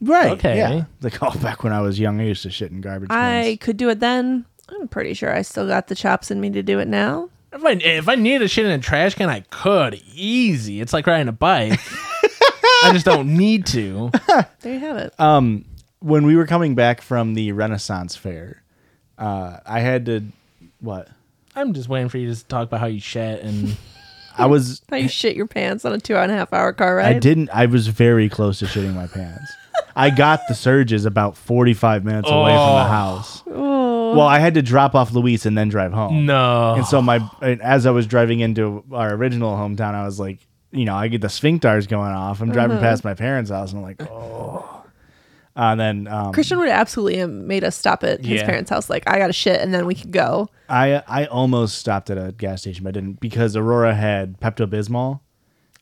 Speaker 1: Right.
Speaker 3: Okay.
Speaker 1: Yeah. Like, oh, back when I was young, I used to shit in garbage
Speaker 2: I
Speaker 1: cans.
Speaker 2: could do it then. I'm pretty sure I still got the chops in me to do it now.
Speaker 3: If I if I needed shit in a trash can, I could easy. It's like riding a bike. I just don't need to.
Speaker 2: There you have it.
Speaker 3: Um,
Speaker 1: When we were coming back from the Renaissance Fair, uh, I had to, what?
Speaker 3: I'm just waiting for you to talk about how you shat and
Speaker 1: I was,
Speaker 2: how you shit your pants on a two and a half hour car ride.
Speaker 1: I didn't, I was very close to shitting my pants. I got the surges about 45 minutes away from the house. Well, I had to drop off Luis and then drive
Speaker 3: Mm.
Speaker 1: home.
Speaker 3: no.
Speaker 1: And so my and as I was driving into our original hometown, I was like, you know, I get the sphincters going off. I'm driving past my parents' house, and I'm like, oh. And then um,
Speaker 2: Christian would absolutely have made us stop at his
Speaker 3: Yeah.
Speaker 2: parents' house. Like, I got to shit, and then we could go.
Speaker 1: I I almost stopped at a gas station, but I didn't because Aurora had Pepto Bismol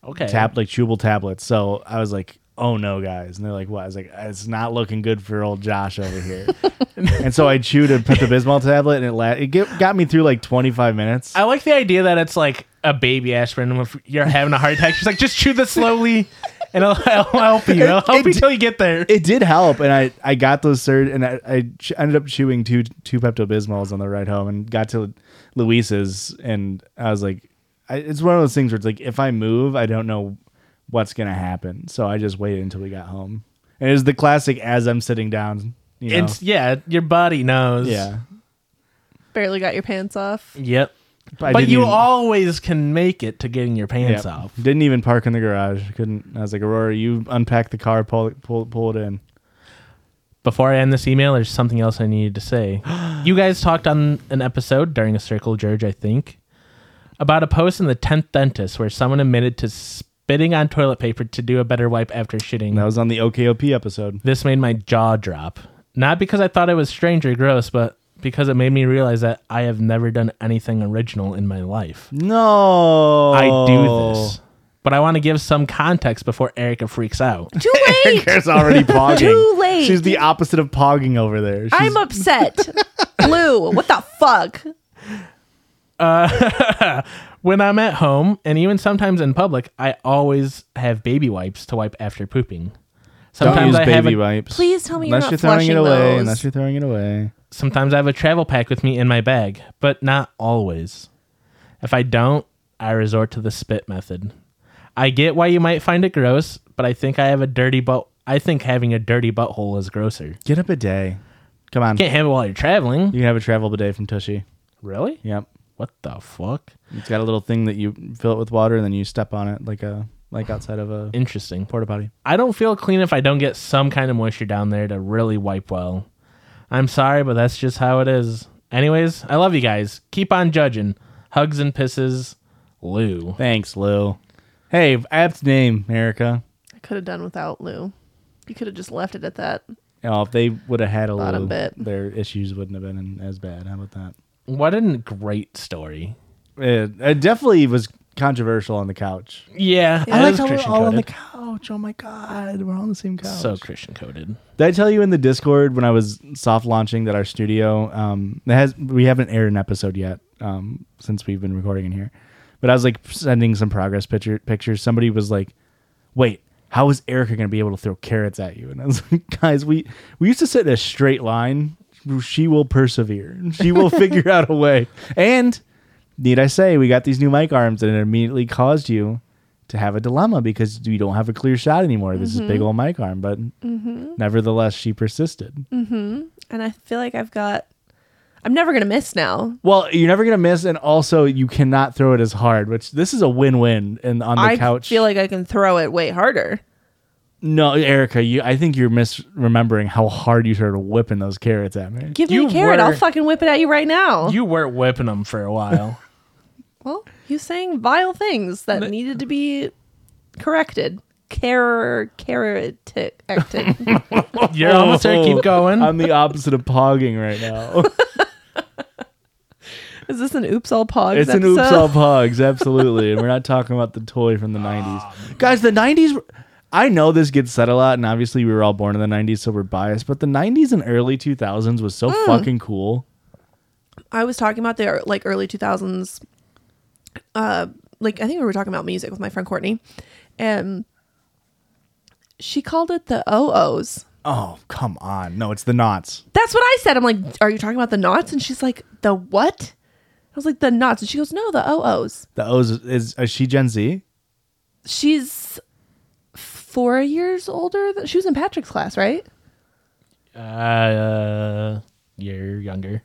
Speaker 3: okay.
Speaker 1: tab like chewable tablets. So I was like, oh no, guys. And they're like, what? I was like, it's not looking good for old Josh over here. and so I chewed a Pepto Bismol tablet, and it la- it get, got me through like 25 minutes.
Speaker 3: I like the idea that it's like a baby aspirin. If you're having a heart attack, she's like, just chew this slowly, and it'll, it'll help you. It'll help you till you get there.
Speaker 1: it did help, and I I got those surge, and I, I ch- ended up chewing two two Pepto Bismols on the ride home, and got to Luis's, and I was like, I, it's one of those things where it's like if I move, I don't know what's gonna happen, so I just waited until we got home, and it was the classic as I'm sitting down, you know,
Speaker 3: And s- yeah, your body knows.
Speaker 1: yeah.
Speaker 2: Barely got your pants off.
Speaker 3: Yep.
Speaker 1: I
Speaker 3: but
Speaker 1: didn't
Speaker 3: you
Speaker 1: even-
Speaker 3: always can make it to getting your pants
Speaker 1: yeah.
Speaker 3: off.
Speaker 1: Didn't even park in the garage. Couldn't. I was like, Aurora, you unpack the car, pull it, pull, pull it in.
Speaker 3: before I end this email, there's something else I needed to say. you guys talked on an episode during a circle George, I think, about a post in the tenth dentist where someone admitted to spitting on toilet paper to do a better wipe after shitting.
Speaker 1: And that was on the OKOP episode.
Speaker 3: This made my jaw drop. Not because I thought it was strange or gross, but because it made me realize that I have never done anything original in my life.
Speaker 1: No,
Speaker 3: I
Speaker 1: Oh.
Speaker 3: do this. But I want to give some context before Erica freaks out.
Speaker 2: Too late.
Speaker 1: Kara's already pogging.
Speaker 2: Too late.
Speaker 1: She's the opposite of pogging over there. She's,
Speaker 2: I'm upset. Blue, what the fuck?
Speaker 3: When I'm at home and even sometimes in public, I always have baby wipes to wipe after pooping.
Speaker 1: don't
Speaker 3: Sometimes
Speaker 1: use
Speaker 3: I have
Speaker 1: baby
Speaker 3: a,
Speaker 1: wipes.
Speaker 2: Please tell me you're
Speaker 1: unless
Speaker 2: not
Speaker 1: you're throwing
Speaker 2: flushing
Speaker 1: it away.
Speaker 2: those.
Speaker 1: Unless you're throwing it away.
Speaker 3: sometimes I have a travel pack with me in my bag, but not always. If I don't, I resort to the spit method. I get why you might find it gross, but I think I have a dirty butt. I think having a dirty butthole is grosser.
Speaker 1: Get a bidet. Come on.
Speaker 3: Can't have it while you're
Speaker 1: you
Speaker 3: traveling.
Speaker 1: can have a travel bidet from Tushy.
Speaker 3: Really?
Speaker 1: Yep.
Speaker 3: What the fuck?
Speaker 1: It's got a little thing that you fill it with water and then you step on it like a like outside of a
Speaker 3: Interesting.
Speaker 1: porta potty.
Speaker 3: I don't feel clean if I don't get some kind of moisture down there to really wipe well. I'm sorry, but that's just how it is. Anyways, I love you guys. Keep on judging. Hugs and pisses, Lou.
Speaker 1: Thanks, Lou. Hey, apt name, Erica.
Speaker 2: I could have done without Lou. You could have just left it at that.
Speaker 1: Oh, if they would have had a
Speaker 2: Bottom
Speaker 1: Lou,
Speaker 2: bit.
Speaker 1: their issues wouldn't have been as bad. How about that?
Speaker 3: What a great story.
Speaker 1: It, it definitely was controversial on the couch.
Speaker 3: Yeah,
Speaker 1: I
Speaker 3: it
Speaker 1: like
Speaker 3: is
Speaker 1: how we're
Speaker 3: Christian
Speaker 1: all on the
Speaker 3: coded.
Speaker 1: couch. Oh my god, we're all on the same couch.
Speaker 3: So Christian coded.
Speaker 1: Did I tell you in the Discord when I was soft launching that our studio um that has we haven't aired an episode yet um since we've been recording in here, but I was like sending some progress picture pictures. Somebody was like, "Wait, how is Erica going to be able to throw carrots at you?" And I was like, "Guys, we we used to sit in a straight line. She will persevere. She will figure out a way." And need I say, we got these new mic arms, and it immediately caused you. To have a dilemma because you don't have a clear shot anymore. This is big old mic arm, but Nevertheless, she persisted.
Speaker 2: Mm. And I feel like I've got. I'm never gonna miss now.
Speaker 1: Well, you're never gonna miss, and also you cannot throw it as hard. Which this is a win-win. And on the
Speaker 2: I
Speaker 1: couch,
Speaker 2: feel like I can throw it way harder.
Speaker 1: no, Erica, you. I think you're misremembering how hard you started whipping those carrots at me.
Speaker 2: Give
Speaker 3: You
Speaker 2: me a carrot. I'll
Speaker 3: were-
Speaker 2: fucking whip it at you right now.
Speaker 3: You weren't whipping them for a while.
Speaker 2: well, you saying vile things that needed to be corrected. Carrot, carrot, acting.
Speaker 3: You're almost there. Keep going.
Speaker 1: Oh, I'm the opposite of pogging right now.
Speaker 2: Is this an oops all pogs?
Speaker 1: it's an
Speaker 2: episode?
Speaker 1: oops all pogs, absolutely. and we're not talking about the toy from the '90s, guys. The '90s. were- I know this gets said a lot, and obviously we were all born in the '90s, so we're biased. But the '90s and early 2000s was
Speaker 2: Mm.
Speaker 1: so fucking cool.
Speaker 2: I was talking about the like early 2000s. Uh, like I think we were talking about music with my friend Courtney, and she called it the OOs.
Speaker 1: Oh come on! No, it's the knots.
Speaker 2: That's what I said. I'm like, are you talking about the knots? And she's like, the what? I was like, the knots. And she goes, no, the OOs.
Speaker 1: The O's is, is, is she Gen Z?
Speaker 2: She's four years older. Than, she was in Patrick's class, right?
Speaker 3: uh, you're younger.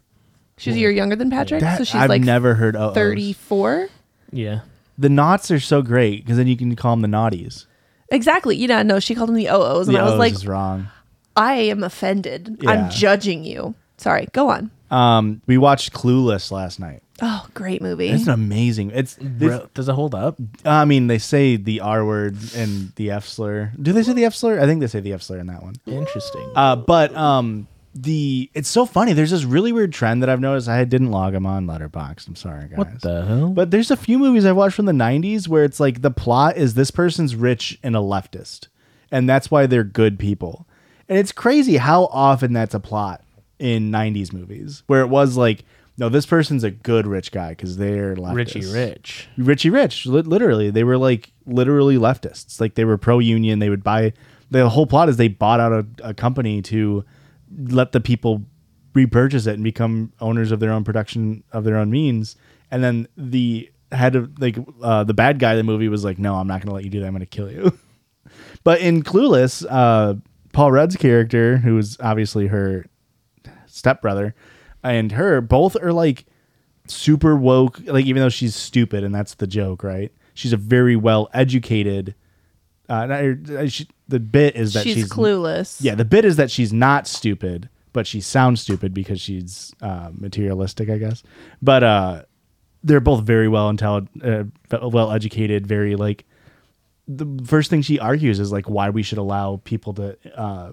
Speaker 2: She's a year younger than Patrick.
Speaker 1: That-
Speaker 2: so she's
Speaker 1: I've
Speaker 2: like
Speaker 1: never heard O's.
Speaker 2: 34.
Speaker 3: Yeah.
Speaker 1: The knots are so great because then you can call them the naughties.
Speaker 2: Exactly. You know, no, she called him the OOs. And
Speaker 1: the
Speaker 2: I was
Speaker 1: O's
Speaker 2: like,
Speaker 1: is wrong.
Speaker 2: I am offended.
Speaker 1: Yeah.
Speaker 2: I'm judging you. Sorry, go on.
Speaker 1: Um, we watched Clueless last night.
Speaker 2: Oh, great movie.
Speaker 1: It's an amazing. It's. it's-
Speaker 3: Re- Does it hold up?
Speaker 1: I mean, they say the R word and the F slur. Do they say the F slur? I think they say the F slur in that one.
Speaker 3: Interesting.
Speaker 1: Uh, but um, the it's so funny. There's this really weird trend that I've noticed. I didn't log them on Letterboxd. I'm sorry, guys.
Speaker 3: what the hell?
Speaker 1: But there's a few movies I've watched from the 90s where it's like the plot is this person's rich and a leftist, and that's why they're good people. And it's crazy how often that's a plot in 90s movies where it was like, no, this person's a good rich guy because they're leftist.
Speaker 3: Richie Rich.
Speaker 1: Richie Rich, li- literally, they were like literally leftists. Like they were pro union. They would buy. The whole plot is they bought out a, a company to let the people repurchase it and become owners of their own production of their own means. And then the head of like uh, the bad guy of the movie was like, "No, I'm not going to let you do that. I'm going to kill you." but in Clueless, uh, Paul Rudd's character, who is obviously her stepbrother, and her both are like super woke like even though she's stupid and that's the joke right she's a very well educated uh not- uh, she, the bit is that
Speaker 2: she's,
Speaker 1: she's,
Speaker 2: clueless.
Speaker 1: yeah the bit is that she's not stupid but she sounds stupid because she's uh, materialistic i guess but uh they're both very well intelligent uh, well educated very like the first thing she argues is like why we should allow people to uh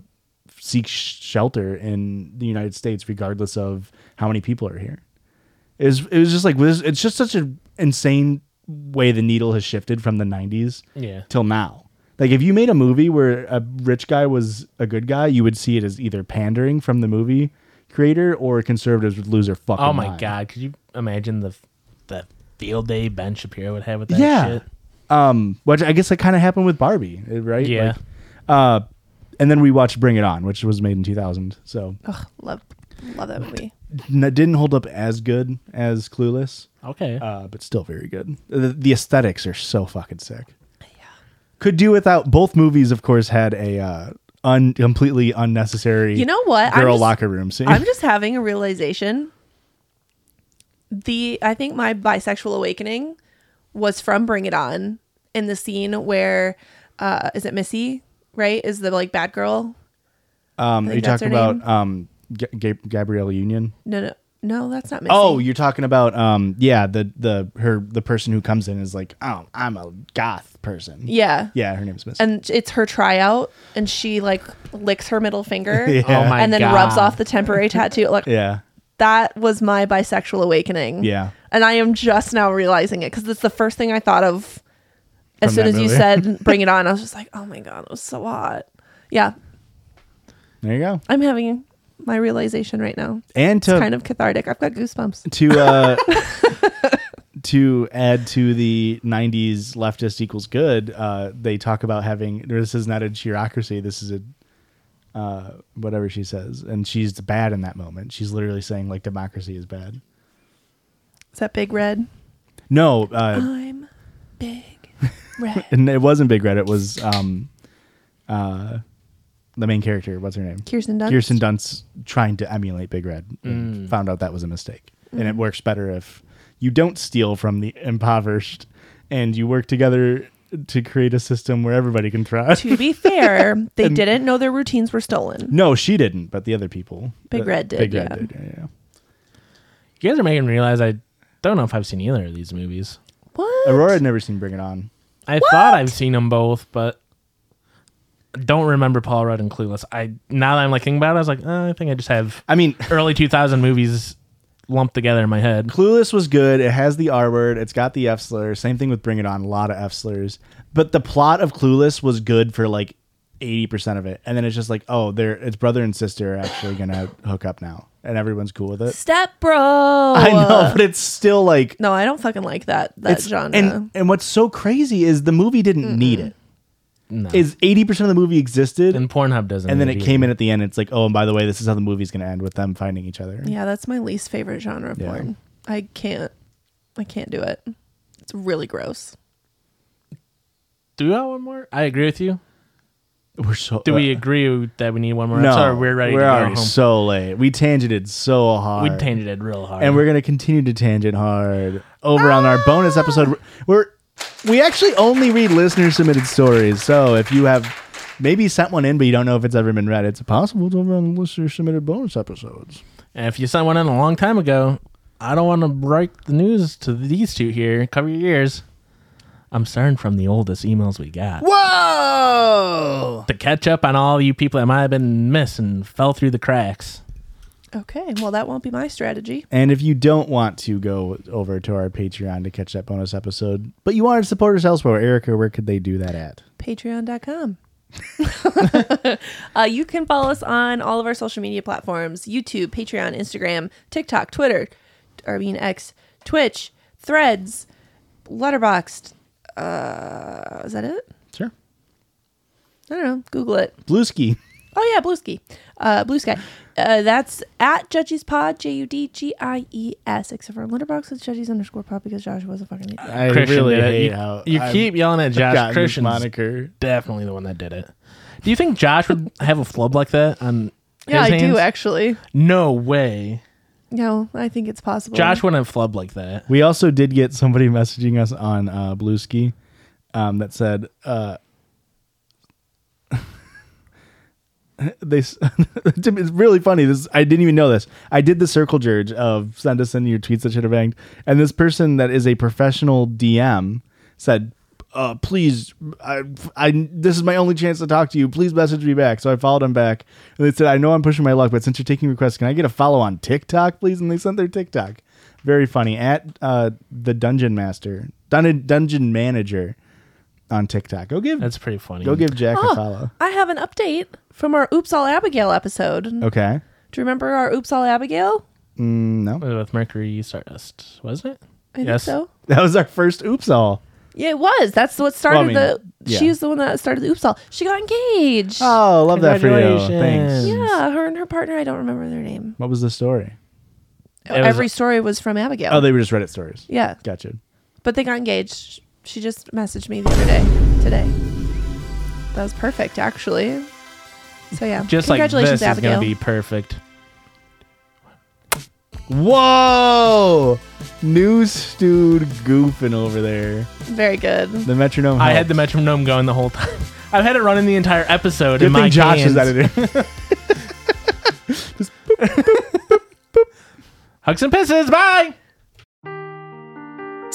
Speaker 1: seek sh- shelter in the united states regardless of how many people are here it was, it was just like was- it's just such an insane way the needle has shifted from the 90s
Speaker 3: Yeah.
Speaker 1: till now like if you made a movie where a rich guy was a good guy you would see it as either pandering from the movie creator or conservatives would lose their fucking
Speaker 3: Oh my
Speaker 1: mind.
Speaker 3: god! Could you imagine the the field day Ben Shapiro would have with that
Speaker 1: yeah
Speaker 3: shit?
Speaker 1: um which i guess that kind of happened with barbie eh, right
Speaker 3: Yeah.
Speaker 1: Like, uh and then we watched bring it on which was made in 2000 so
Speaker 2: Ugh, love, love that movie.
Speaker 1: n- didn't hold up as good as clueless
Speaker 3: Okay.
Speaker 1: uh, but still very good. The, the aesthetics are so fucking sick. Could do without both movies. Of course, had a uh, un, completely unnecessary.
Speaker 2: You know what? I'm
Speaker 1: Girl
Speaker 2: just-
Speaker 1: locker room scene.
Speaker 2: I'm just having a realization. The I think my bisexual awakening was from Bring It On in the scene where uh is it Missy, right? Is the like bad girl?
Speaker 1: um, are you
Speaker 2: think that's
Speaker 1: talking
Speaker 2: her
Speaker 1: about
Speaker 2: name.
Speaker 1: um, G- Gab- Gabrielle Union?
Speaker 2: No, no. No, that's not Missy.
Speaker 1: Oh, you're talking about um, yeah, the the her the person who comes in is like, oh, I'm a goth person.
Speaker 2: yeah.
Speaker 1: yeah, her name's Miss.
Speaker 2: And it's her tryout and she like licks her middle finger
Speaker 1: Yeah.
Speaker 3: Oh my
Speaker 2: and then rubs
Speaker 3: God.
Speaker 2: off the temporary tattoo like
Speaker 1: yeah,
Speaker 2: that was my bisexual awakening.
Speaker 1: Yeah.
Speaker 2: And I am just now realizing it because it's the first thing I thought of as
Speaker 1: From
Speaker 2: soon
Speaker 1: that
Speaker 2: as you
Speaker 1: movie.
Speaker 2: said bring it on. I was just like, oh my God, it was so hot. Yeah.
Speaker 1: There you go.
Speaker 2: I'm having my realization right now.
Speaker 1: And to
Speaker 2: It's kind of cathartic. I've got goosebumps.
Speaker 1: to uh, to add to the '90s leftist equals good, uh, they talk about having. This is not a bureaucracy. This is a uh, whatever she says, and she's bad in that moment. She's literally saying like democracy is bad.
Speaker 2: Is that big red?
Speaker 1: No, uh,
Speaker 2: I'm big red.
Speaker 1: and it wasn't Big Red. It was um, uh, the main character. What's her name?
Speaker 2: Kirsten Dunst.
Speaker 1: Kirsten Dunst trying to emulate Big Red and found out that was a mistake. And
Speaker 2: Mm.
Speaker 1: it works better if you don't steal from the impoverished and you work together to create a system where everybody can thrive.
Speaker 2: to be fair, they didn't know their routines were stolen.
Speaker 1: No, she didn't, but the other people.
Speaker 2: Big
Speaker 1: uh,
Speaker 2: Red did,
Speaker 1: Big Red
Speaker 2: yeah.
Speaker 1: did. Yeah, yeah.
Speaker 3: You guys are making me realize I don't know if I've seen either of these movies.
Speaker 2: What?
Speaker 1: Aurora had never seen Bring It On.
Speaker 3: I thought I've seen them both, but don't remember Paul Rudd and Clueless. I now that I'm like thinking about it, I was like, uh I think I just have
Speaker 1: I mean,
Speaker 3: early 2000 movies lumped together in my head.
Speaker 1: Clueless was good. It has the R word. It's got the F slur. Same thing with Bring It On. A lot of F slurs. But the plot of Clueless was good for like eighty percent of it, and then it's just like, oh, they're it's brother and sister are actually gonna hook up now, and everyone's cool with it.
Speaker 2: Step bro.
Speaker 1: I know, but it's still like
Speaker 2: No, I don't fucking like that that
Speaker 1: it's-
Speaker 2: genre.
Speaker 1: And and what's so crazy is the movie didn't need it. Is eighty percent of the movie existed,
Speaker 3: And
Speaker 1: and,
Speaker 3: Pornhub doesn't.
Speaker 1: then it came in at the end. It's like, oh, and by the way, this is how the movie's gonna end with them finding each other.
Speaker 2: yeah, that's my least favorite genre of
Speaker 1: Yeah.
Speaker 2: porn. I can't I can't do it. It's really gross.
Speaker 3: Do we want one more? I agree with you.
Speaker 1: We're so
Speaker 3: Do we
Speaker 1: uh,
Speaker 3: agree that we need one more?
Speaker 1: No,
Speaker 3: I'm sorry, we're ready
Speaker 1: We're
Speaker 3: to go
Speaker 1: already
Speaker 3: home.
Speaker 1: so late. We tangented so hard.
Speaker 3: we tainted it real hard.
Speaker 1: and we're gonna continue to tangent hard over on our bonus
Speaker 3: Ah!
Speaker 1: episode. We're we actually only read listener submitted stories. So if you have maybe sent one in, but you don't know if it's ever been read, it's possible it's over on listener submitted bonus episodes.
Speaker 3: and if you sent one in a long time ago, I don't want to break the news to these two here. Cover your ears. I'm starting from the oldest emails we got.
Speaker 1: Whoa!
Speaker 3: to catch up on all you people that might have been missing fell through the cracks.
Speaker 2: Okay, well that won't be my strategy.
Speaker 1: And if you don't want to go over to our Patreon to catch that bonus episode, but you want to support us elsewhere, Erica, where could they do that at?
Speaker 2: Patreon.com. uh, you can follow us on all of our social media platforms YouTube, Patreon, Instagram, TikTok, Twitter, or I mean X, Twitch, Threads, Letterboxd. Uh, is that it?
Speaker 1: Sure.
Speaker 2: I don't know. Google it.
Speaker 1: Bluesky.
Speaker 2: Oh yeah, Blue Sky. Uh, Blue Sky. Uh, that's at Judges Pod, J U D G I E S, except for letterbox it's Judges underscore pod because Josh was a fucking idiot.
Speaker 1: I
Speaker 3: Christian
Speaker 1: really
Speaker 3: did it.
Speaker 1: hate
Speaker 3: you,
Speaker 1: how
Speaker 3: you
Speaker 1: I've
Speaker 3: keep yelling at
Speaker 1: gotten
Speaker 3: Josh.
Speaker 1: this
Speaker 3: Christian's
Speaker 1: moniker.
Speaker 3: definitely the one that did it. Do you think Josh would have a flub like that on?
Speaker 2: Yeah, I
Speaker 3: his
Speaker 2: do
Speaker 3: hands?
Speaker 2: actually.
Speaker 3: No way.
Speaker 2: No, I think it's possible.
Speaker 3: Josh wouldn't have flubbed like that.
Speaker 1: We also did get somebody messaging us on uh, Bluesky um, that said uh, they. s- it's really funny. This I didn't even know this. I did the circle jerge of send us in your tweets that should have banged, and this person that is a professional DM said. Uh, please, I, I, this is my only chance to talk to you. Please message me back. So I followed him back, and they said, "I know I'm pushing my luck, but since you're taking requests, can I get a follow on TikTok, please?" And they sent their TikTok. Very funny. At uh, the Dungeon Master, Dun- Dungeon Manager on TikTok. Go give
Speaker 3: That's pretty funny.
Speaker 1: go give Jack
Speaker 2: Oh,
Speaker 1: a follow.
Speaker 2: I have an update from our Oops All Abigail episode.
Speaker 1: Okay.
Speaker 2: Do you remember our Oops All Abigail?
Speaker 1: Mm, no,
Speaker 3: with Mercury Stardust, wasn't it?
Speaker 2: I think
Speaker 3: Yes.
Speaker 2: so.
Speaker 1: that was our first oops all.
Speaker 2: Yeah, it was. That's what started
Speaker 1: Well, I mean,
Speaker 2: the.
Speaker 1: yeah.
Speaker 2: She was the one that started the Oops All. She got engaged.
Speaker 1: Oh, love that for you.
Speaker 3: Congratulations.
Speaker 1: Thanks.
Speaker 2: yeah, her and her partner. I don't remember their name.
Speaker 1: What was the story?
Speaker 3: was-
Speaker 2: Every story was from Abigail.
Speaker 1: Oh, they were just Reddit stories.
Speaker 2: yeah.
Speaker 1: Gotcha.
Speaker 2: But they got engaged. She just messaged me the other day, today. That was perfect, actually. So yeah,
Speaker 3: Just like
Speaker 2: congratulations,
Speaker 3: this is
Speaker 2: Abigail.
Speaker 3: gonna be perfect.
Speaker 1: Whoa! New dude goofing over there.
Speaker 2: Very good.
Speaker 1: The metronome.
Speaker 3: I
Speaker 1: helped.
Speaker 3: had the metronome going the whole time. I've had it running the entire episode.
Speaker 1: Good
Speaker 3: in
Speaker 1: thing
Speaker 3: my
Speaker 1: Josh
Speaker 3: hands.
Speaker 1: is editing.
Speaker 3: Hugs and pisses. Bye.